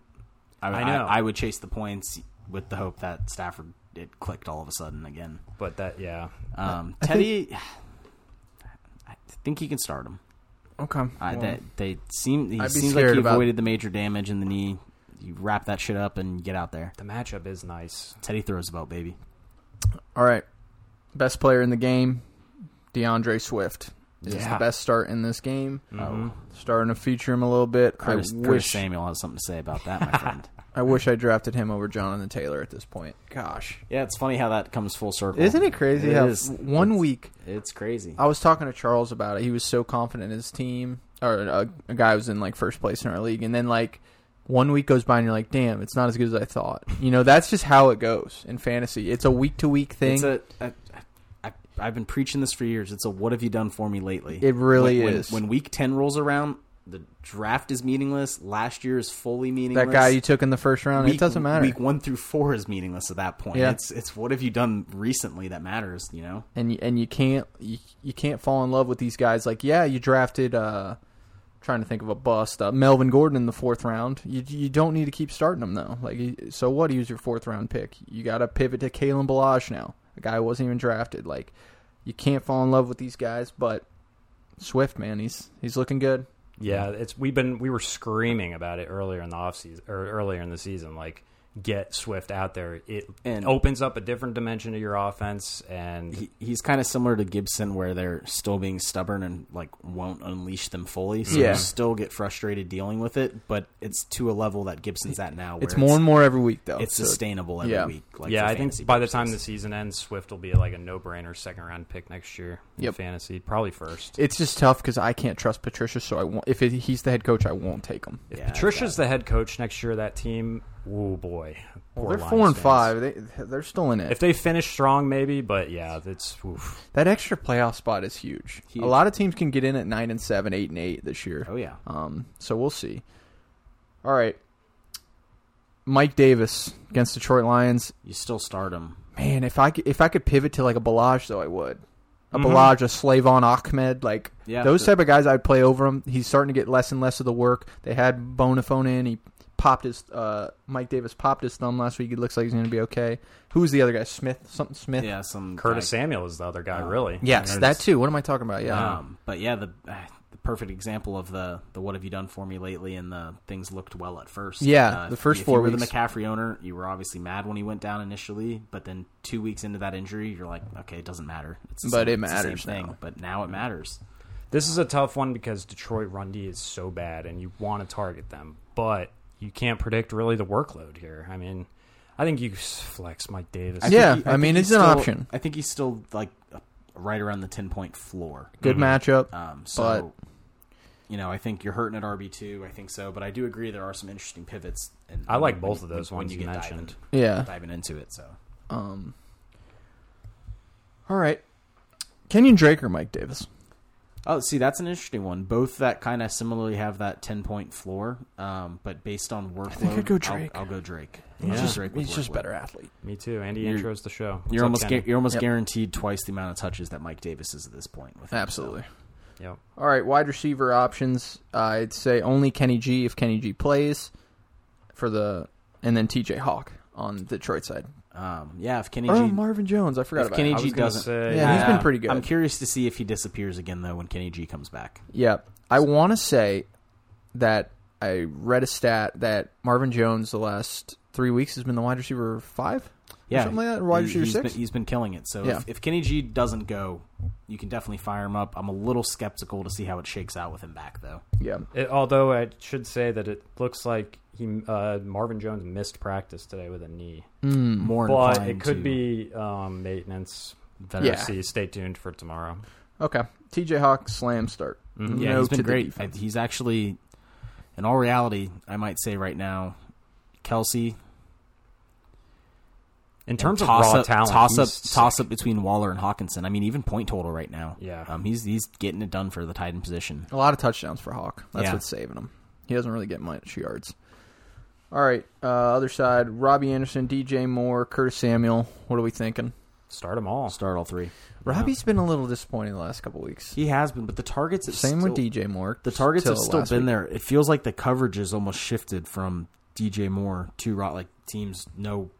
I, I know. I, I would chase the points with the hope that Stafford it clicked all of a sudden again. but that, yeah, Um, Teddy, I think he can start him. Okay. I well, that they seem he I'd be seems like scared he about- avoided the major damage in the knee. You wrap that shit up and get out there. the matchup is nice. Teddy throws about baby. All right. Best player in the game, DeAndre Swift. Is Yeah. the best start in this game. Oh. Mhm. Starting to feature him a little bit. Curtis, I Curtis wish Samuel has something to say about that, my friend. I wish I drafted him over Jonathan Taylor at this point. Gosh. yeah, it's funny how that comes full circle. Isn't it crazy It how is. one It's- week It's crazy. I was talking to Charles about it. He was so confident in his team, or a, a guy was in like first place in our league, and then like one week goes by and you're like, "Damn, it's not as good as I thought." You know, that's just how it goes in fantasy. It's a week to week thing. It's a, I, I, I've been preaching this for years. It's a what have you done for me lately? It really When- when- is. When, week ten rolls around, the draft is meaningless. Last year is fully meaningless. that guy you took in the first round, Week, it doesn't matter. Week one through four is meaningless at that point. Yeah. It's it's what have you done recently that matters. You know. and you, and you can't you, you can't fall in love with these guys. Like, yeah, you drafted. uh Trying to think of a bust, uh, Melvin Gordon in the fourth round. You you don't need to keep starting him though. Like, you- so what? He was your fourth round pick. You got to pivot to Kalen Balaj now, a guy who wasn't even drafted. Like, You can't fall in love with these guys, but Swift, man, he's he's looking good. Yeah, it's we've been we were screaming about it earlier in the off season or earlier in the season. Like get Swift out there. It And- opens up a different dimension to your offense, and He, he's kind of similar to Gibson, where they're still being stubborn and like won't unleash them fully. So Yeah. you still get frustrated dealing with it, but it's to a level that Gibson's at now. Where It's more and more every week, though. It's so- sustainable every yeah. week. Like yeah, for I fantasy think by the time the purposes. season ends, Swift will be like a no brainer second round pick next year in Yep. fantasy, probably first. It's just tough because I can't trust Patricia, so I won't. If it, he's the head coach, I won't take him. If Yeah, Patricia's the head coach next year of that team, oh boy. Well, Poor they're Lions four and fans. five. They they're still in it. If they finish strong, maybe, but yeah, that's oof. that extra playoff spot is huge. Huge. A lot of teams can get in at nine and seven, eight and eight this year. Oh yeah, Um, so we'll see. All right, Mike Davis against Detroit Lions. you still start him. Man, if I could, if I could pivot to like a Balaj though, I would. A Balaj, a Slavon Ahmed, like Mm-hmm. Yeah, those sure. type of guys, I'd play over him. He's starting to get less and less of the work. They had Bonafone in. He popped his uh, Mike Davis popped his thumb last week. It looks like he's going to be okay. Who's the other guy? Smith, something Smith. Yeah, some Curtis guy. Samuel is the other guy, really. Yes, There's- that too. What am I talking about? Yeah. Um, but yeah, the uh, the perfect example of the the what have you done for me lately, and the things looked well at first. Yeah, Uh, the first if four you were the weeks. McCaffrey owner, you were obviously mad when he went down initially, but then two weeks into that injury, you're like, okay, it doesn't matter. It's the But same- it it's the same matters now. thing, but now it matters. This is a tough one because Detroit run D is so bad and you want to target them, but you can't predict really the workload here. I mean, I think you s- flex Mike Davis. I think- Yeah, think mean, he's it's an still- option. I think he's still like right around the ten point floor. Good matchup. Um, so, you know, I think you're hurting at RB two. I think so, but I do agree there are some interesting pivots. And I like when both of you- those when ones you get mentioned. diving, yeah. diving into it. So Um. All right. Kenyon Drake or Mike Davis? Oh, see, that's an interesting one. Both that kind of similarly have that ten point floor, um, but based on workload, think I'd go Drake. I'll, I'll go Drake. Yeah. I'll go just- Drake with workload. athlete. Me too. Andy You're- intros the show. What's You're up, almost Kenny? gu- you're almost Yep. guaranteed twice the amount of touches that Mike Davis is at this point. With him, so. Absolutely. Yep. All right, wide receiver options. I'd say only Kenny G if Kenny G plays for the, and then T.J. Hawk on Detroit side. Um, yeah, if Kenny G, Oh, Marvin Jones. I forgot if about Kenny him. I G was gonna doesn't, say- Yeah, he's been Uh, pretty good. I'm curious to see if he disappears again though when Kenny G comes back. Yeah, I want to say that I read a stat that Marvin Jones the last three weeks has been the wide receiver five. Yeah, something like that, or wide he- receiver he's six? Been, he's been killing it. So Yeah. if, if Kenny G doesn't go, you can definitely fire him up. I'm a little skeptical to see how it shakes out with him back though. Yeah, It, although I should say that it looks like he uh, Marvin Jones missed practice today with a knee, Hmm. More, but inclined it could to be um, maintenance. Better Yeah. see. Stay tuned for tomorrow. Okay. TJ Hawk slam start. Mm-hmm. Yeah, No he's to been the great. defense. I- He's actually, in all reality, I might say right now, Kelsey. In terms of toss raw up, talent, toss up, he's toss up between Waller and Hawkinson. I mean, even point total right now. Yeah. um, he's he's getting it done for the tight end position. A lot of touchdowns for Hawk. That's Yeah. what's saving him. He doesn't really get much yards. All right, uh, other side: Robbie Anderson, DJ Moore, Curtis Samuel. What are we thinking? start them all. I'll start all three. Robbie's been a little disappointing the last couple weeks. He has been, but the targets. have Same with still- DJ Moore. The targets have till still last been week. there. It feels like the coverage has almost shifted from DJ Moore to Rot. Like teams know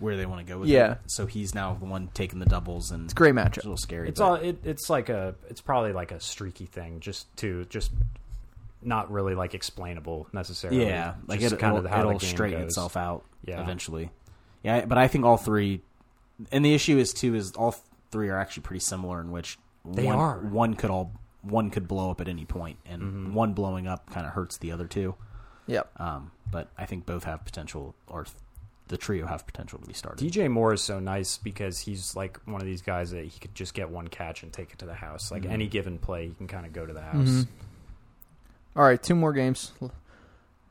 where they want to go with Yeah. him. So he's now the one taking the doubles, and it's, Great a matchup. little scary. It's but- all. It, it's like a. It's probably like a streaky thing, just to just not really like explainable necessarily. Yeah, like just it, kind it'll, of how the it'll game straighten goes. itself out Yeah. eventually. Yeah, but I think all three, and the issue is too is all three are actually pretty similar in which They one, are. one could all one could blow up at any point, and one blowing up kind of hurts the other two. Yep. Um, but I think both have potential, or th- the trio have potential to be started. DJ Moore is so nice because he's like one of these guys that he could just get one catch and take it to the house. Like any given play, he can kind of go to the house. Mm-hmm. All right, two more games.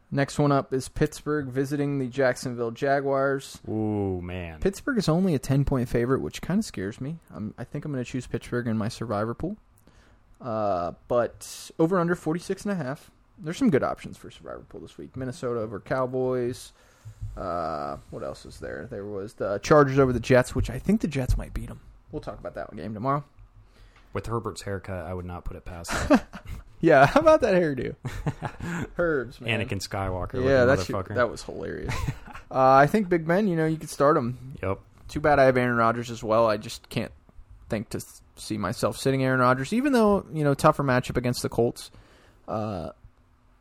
Next one up is Pittsburgh visiting the Jacksonville Jaguars. Ooh man, Pittsburgh is only a 10 point favorite, which kind of scares me. I'm, I think I'm going to choose Pittsburgh in my survivor pool. Uh, but over under 46 and a half. There's some good options for survivor pool this week. Minnesota over Cowboys. Uh, what else is there? There was the Chargers over the Jets, which I think the Jets might beat them. We'll talk about that game tomorrow. with Herbert's haircut, I would not put it past that. Yeah, how about that hairdo? Herbs, man. Anakin Skywalker. Yeah, looking that's motherfucker. that was hilarious. uh, I think Big Ben. You know, you could start him. yep. Too bad I have Aaron Rodgers as well. I just can't think to s- see myself sitting Aaron Rodgers, even though you know tougher matchup against the Colts. Uh,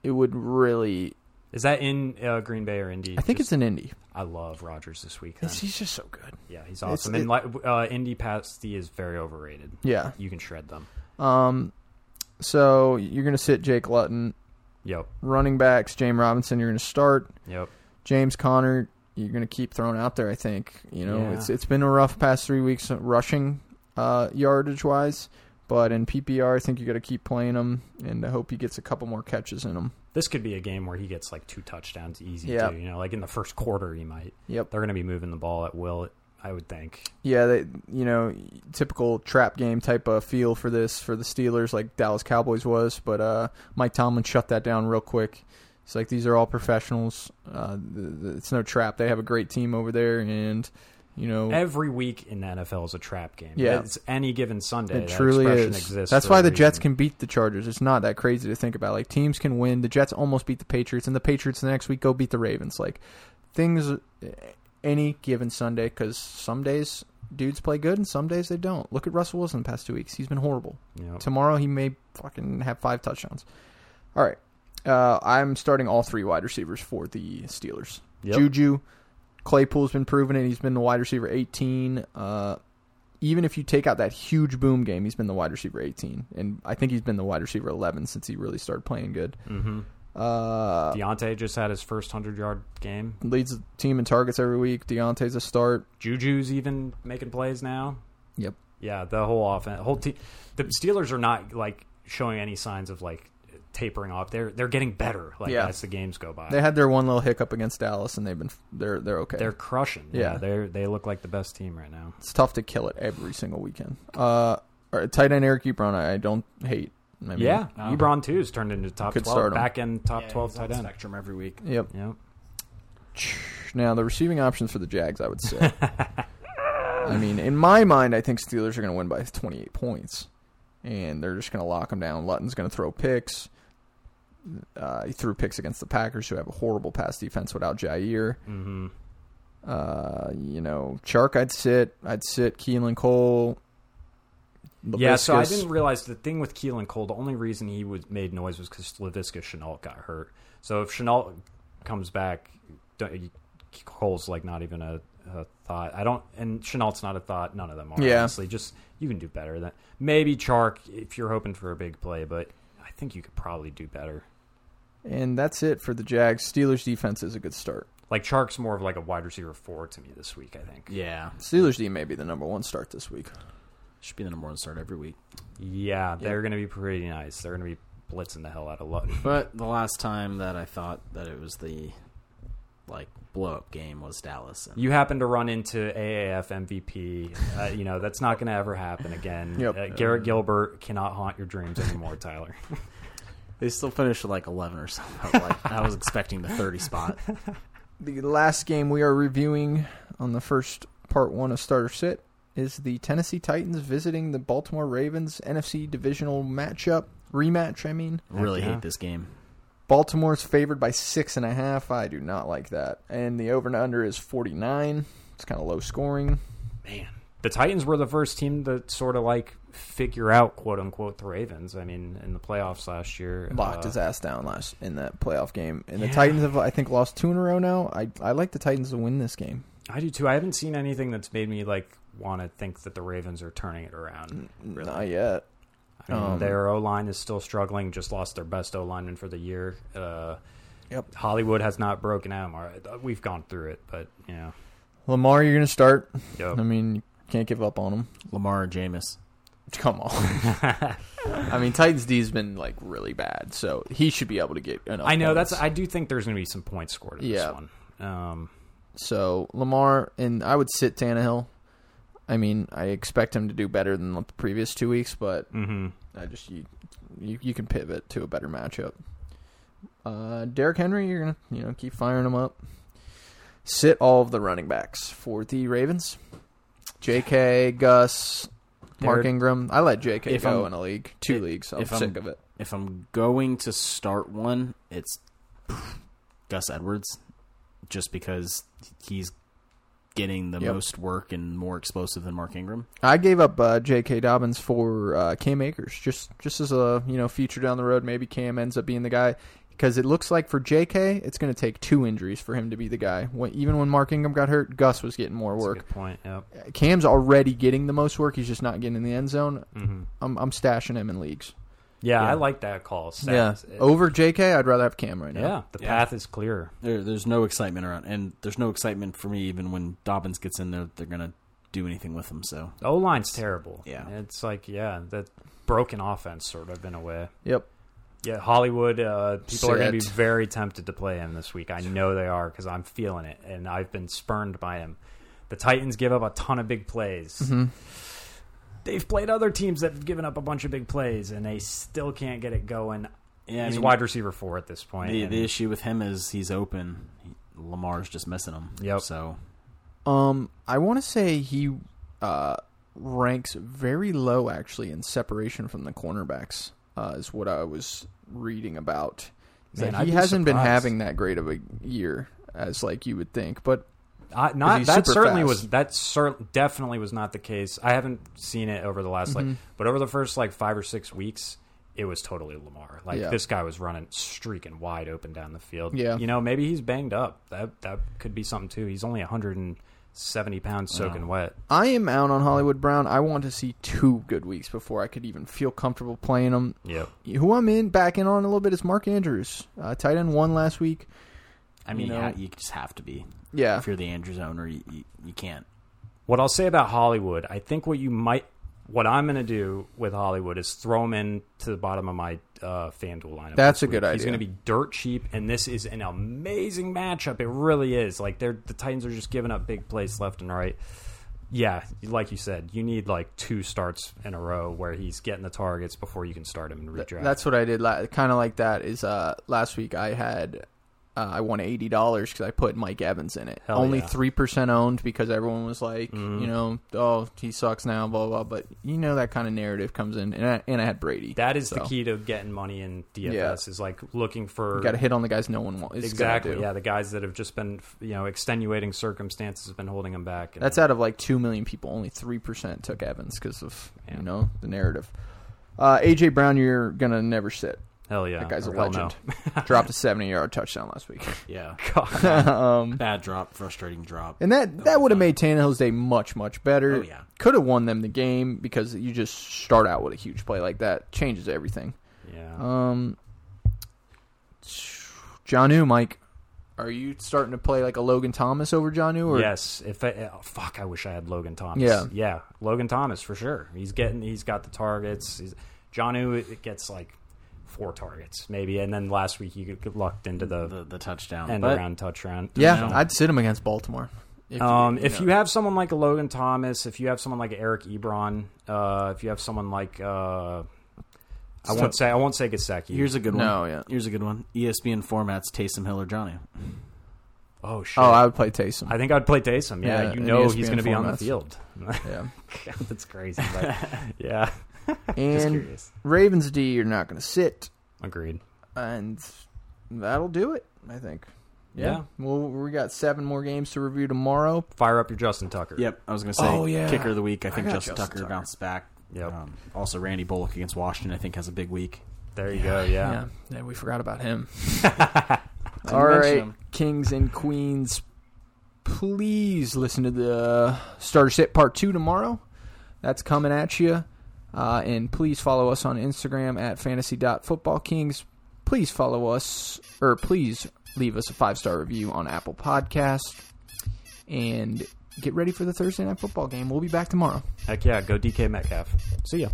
it would really. Is that in uh, Green Bay or Indy? I think Just- it's an Indy. I love Rogers this week. It's, he's just so good. Yeah, it's- he's awesome. it- and like uh, Indy pasty is very overrated. Yeah. You can shred them. Um. So you're going to sit Jake Lutton, Yep. running backs James Robinson. You're going to start Yep. James Conner. You're going to keep throwing out there. I think you know Yeah. it's it's been a rough past three weeks uh, rushing uh, yardage wise, but in PPR I think you got to keep playing him and I hope he gets a couple more catches in him. This could be a game where he gets like two touchdowns easy Yeah. too. You know, like in the first quarter, he might. Yep. They're going to be moving the ball at will. I would think. Yeah, they, you know, typical trap game type of feel for this for the Steelers, like Dallas Cowboys was. But uh, Mike Tomlin shut that down real quick. It's like these are all professionals. Uh, th th it's no trap. They have a great team over there, and you know, Every week in the NFL is a trap game. Mm. Yeah. It's any given Sunday. it that truly expression is. Exists That's for why a the Jets reason. can beat the Chargers. It's not that crazy to think about. Like teams can win. The Jets almost beat the Patriots, and the Patriots the next week go beat the Ravens. Like things, eh, any given Sunday, because some days dudes play good and some days they don't. Look at Russell Wilson the past two weeks. He's been horrible. Yep. Tomorrow he may fucking have five touchdowns. All right. Uh, I'm starting all three wide receivers for the Steelers. Yep. Juju, Claypool's been proven it. He's been the wide receiver 18. Uh, even if you take out that huge boom game, he's been the wide receiver 18. And I think he's been the wide receiver 11 since he really started playing good. hmm Uh, Deontay just had his first hundred yard game. leads the team in targets every week. Deontay's a start. Juju's even making plays now. Yep. Yeah, the whole offense, whole team. The Steelers are not like showing any signs of like tapering off. They're they're getting better. Like Yeah. as the games go by, They had their one little hiccup against Dallas, and they've been they're they're okay. they're crushing. Yeah. they they look like the best team right now. it's tough to kill it every single weekend. Uh, all right, tight end Eric Ebron, I I don't hate. I mean, yeah, Oh. Ebron too has turned into top Could twelve, start 'em. back end top twelve on tight end. spectrum every week. Yep. Yep. Now the receiving options for the Jags, I would say. I mean, in my mind, I think Steelers are going to win by 28 points, and they're just going to lock them down. Lutton's going to throw picks. Uh, he threw picks against the Packers, who have a horrible pass defense without Jair. Mm-hmm. Uh, you know, Chark, I'd sit. I'd sit Keelan Cole. Yeah, so I Leviscus. didn't realize the thing with Keelan Cole. The only reason he was made noise was because Lavisca Chenault got hurt. So if Chenault comes back, don't, you- Cole's like not even a, a thought. I don't, and Chenault's not a thought. None of them are. Yeah. Honestly, just you can do better. Than maybe Chark if you're hoping for a big play, but I think you could probably do better. And that's it for the Jags. Steelers defense is a good start. Like Chark's more of like a wide receiver four to me this week. I think. Yeah, Steelers D may be the number one start this week. should be the number one start every week. Yeah, they're going to be pretty nice. They're going to be blitzing the hell out of Lutton. But the last time that I thought that it was the like blow up game was Dallas. And you happen to run into AAF MVP, uh, you know that's not going to ever happen again. Yep. Uh, Garrett Gilbert cannot haunt your dreams anymore, Tyler. They still finished at like eleven or something. I was, like, I was expecting the thirty spot. The last game we are reviewing on the first part one of Starter Sit is the Tennessee Titans visiting the Baltimore Ravens NFC divisional matchup rematch. I mean, Really yeah. hate this game. Baltimore's favored by six and a half. I do not like that, and the over and under is forty nine. It's kind of low scoring. Man, the Titans were the first team to sort of like figure out quote unquote the Ravens. I mean, in the playoffs last year, Locked uh, his ass down last in that playoff game, and Yeah. the Titans have I think lost two in a row now. I I like the Titans to win this game. I do too. I haven't seen anything that's made me like want to think that the Ravens are turning it around. Not yet. I mean, Um, their O line is still struggling. Just lost their best O lineman for the year. Uh, Yep. Hollywood has not broken out. Mar- We've gone through it, but you know, Lamar, you're going to start. Yep. I mean, you can't give up on him. Lamar and Jameis. Come on. I mean, Titans D's been like really bad, so he should be able to get enough. I know points. that's. I do think there's going to be some points scored in Yeah. this one. Um, so Lamar and I would sit Tannehill. I mean, I expect him to do better than the previous two weeks, but mhm. I just you you, you can pivot to a better matchup. Uh, Derrick Henry, you're gonna you know keep firing him up. Sit all of the running backs for the Ravens. J.K. Gus, Mark Derrick- Ingram. I let J.K. If go I'm- in a league, two if- leagues. I'm if I'm- sick of it. If I'm going to start one, it's Gus Edwards, just because he's getting the Yep. most work and more explosive than Mark Ingram. I gave up uh, J.K. Dobbins for uh, Cam Akers, just just as a you know future down the road. Maybe Cam ends up being the guy because it looks like for J.K. it's going to take two injuries for him to be the guy. When, even when Mark Ingram got hurt, Gus was getting more That's a work. good point. Yep. Cam's already getting the most work. He's just not getting in the end zone. I'm, I'm stashing him in leagugues. mm-hmm. Yeah, Yeah. I like that call. Stats. Yeah, It- over J.K. I'd rather have Cam right now. yeah, the Yeah. path is clear. There, there's no excitement around, and there's no excitement for me even when Dobbins gets in there. They're gonna do anything with him. So The O line's terrible. Yeah. it's like yeah, that broken offense sort of in a way. Yep. Yeah, Hollywood. Uh, people are going to be Sit. very tempted to play him this week. I know they are because I'm feeling it, and I've been spurned by him. The Titans give up a ton of big plays. Mm-hmm. Mm-hmm. They've played other teams that have given up a bunch of big plays, and they still can't get it going. yeah, I He's mean, wide receiver four at this point. The, and- the issue with him is he's open. He, Lamar's just missing him. Yep. So Um, I want to say he uh, ranks very low actually in separation from the cornerbacks. Uh, is what I was reading about. Is Man, that I'd he be hasn't been surprised. having that great of a year as like you would think, but I, he's not that super certainly fast. was that cer- definitely was not the case. I haven't seen it over the last Mm-hmm. like, but over the first like five or six weeks, it was totally Lamar. Like Yeah. this guy was running streaking wide open down the field. Yeah. you know maybe he's banged up. That that could be something too. He's only 170 pounds soaking wet. I am out on Hollywood Brown. I want to see two good weeks before I could even feel comfortable playing him. Yep. Who I'm in back in on a little bit is Mark Andrews, uh, tight end one last week. I mean, You you, know- ha- you just have to be. Yeah, If you're the Andrews owner, you, you, you can't. What I'll say about Hollywood, I think what you might, what I'm going to do with Hollywood is throw him in to the bottom of my uh, FanDuel lineup. That's this a good week. He's idea. going to be dirt cheap, and this is an amazing matchup. It really is. Like they're the Titans are just giving up big plays left and right. Yeah, like you said, you need like two starts in a row where he's getting the targets before you can start him in redraft. That's what I did. La- kind of like that is uh, last week I had uh, I won eighty dollars because I put Mike Evans in it. Hell Only yeah. Mm-hmm. three percent owned because everyone was like, you know, oh he sucks now, blah blah. But you know that kind of narrative comes in, and I, and I had Brady. that is the So, key to getting money in DFS is like looking for You got to hit on the guys no one wants. exactly Do. yeah the guys that have just been you know extenuating circumstances have been holding him back. and- That's out of like two million people. Only three percent took Evans because of Yeah. you know the narrative. Uh, AJ Brown, you're gonna never sit. Hell yeah, That guy's a Hell no. legend. Dropped a seventy-yard touchdown last week. Yeah. God. Bad drop, frustrating drop. Um, And that that would have made Tannehill's day much much better. Oh, yeah. could have won them the game because you just start out with a huge play like that changes everything. Yeah. Um, Johnu, Mike, are you starting to play like a Logan Thomas over Johnu? Or yes. If I, oh, fuck, I wish I had Logan Thomas. Yeah. Yeah. Logan Thomas for sure. He's getting. He's got the targets. He's, Johnu it gets like four targets maybe, and then last week you get lucked into the, The, the touchdown. end But around touch round. Mm-hmm. yeah, No. I'd sit him against Baltimore. If Um, if know. you have someone like a Logan Thomas, if you have someone like Eric Ebron, uh, if you have someone like uh, I won't say I won't say Gasecki. Here's a good one. No, yeah. Here's a good one. E ESPN formats Taysom Hill or Johnny. oh shit! oh, I I, would play Taysom. think I'd play Taysom. Yeah, E Yeah, you in know ESPN he's going to be on the formats. field. yeah, God, that's crazy. But yeah, just and curious. Ravens D, you're not going to sit, Agreed. and that'll do it. I think. Yeah. Well, we got seven more games to review tomorrow. Fire up your Justin Tucker. Yep, I was going to say Oh, yeah. kicker of the week. I think got Justin, Justin Tucker, Tucker. bounced back. Yep. Um, also, Randy Bullock against Washington, I think, has a big week. There you go. Yeah. Yeah, yeah, we forgot about him. Didn't All mention right, him. kings and queens, please listen to the starter set part two tomorrow. That's coming at you. Uh, and please follow us on Instagram at fantasy.footballkings. Please follow us, or please leave us a five star review on Apple Podcast. And get ready for the Thursday night football game. We'll be back tomorrow. Heck yeah. Go DK Metcalf. See ya.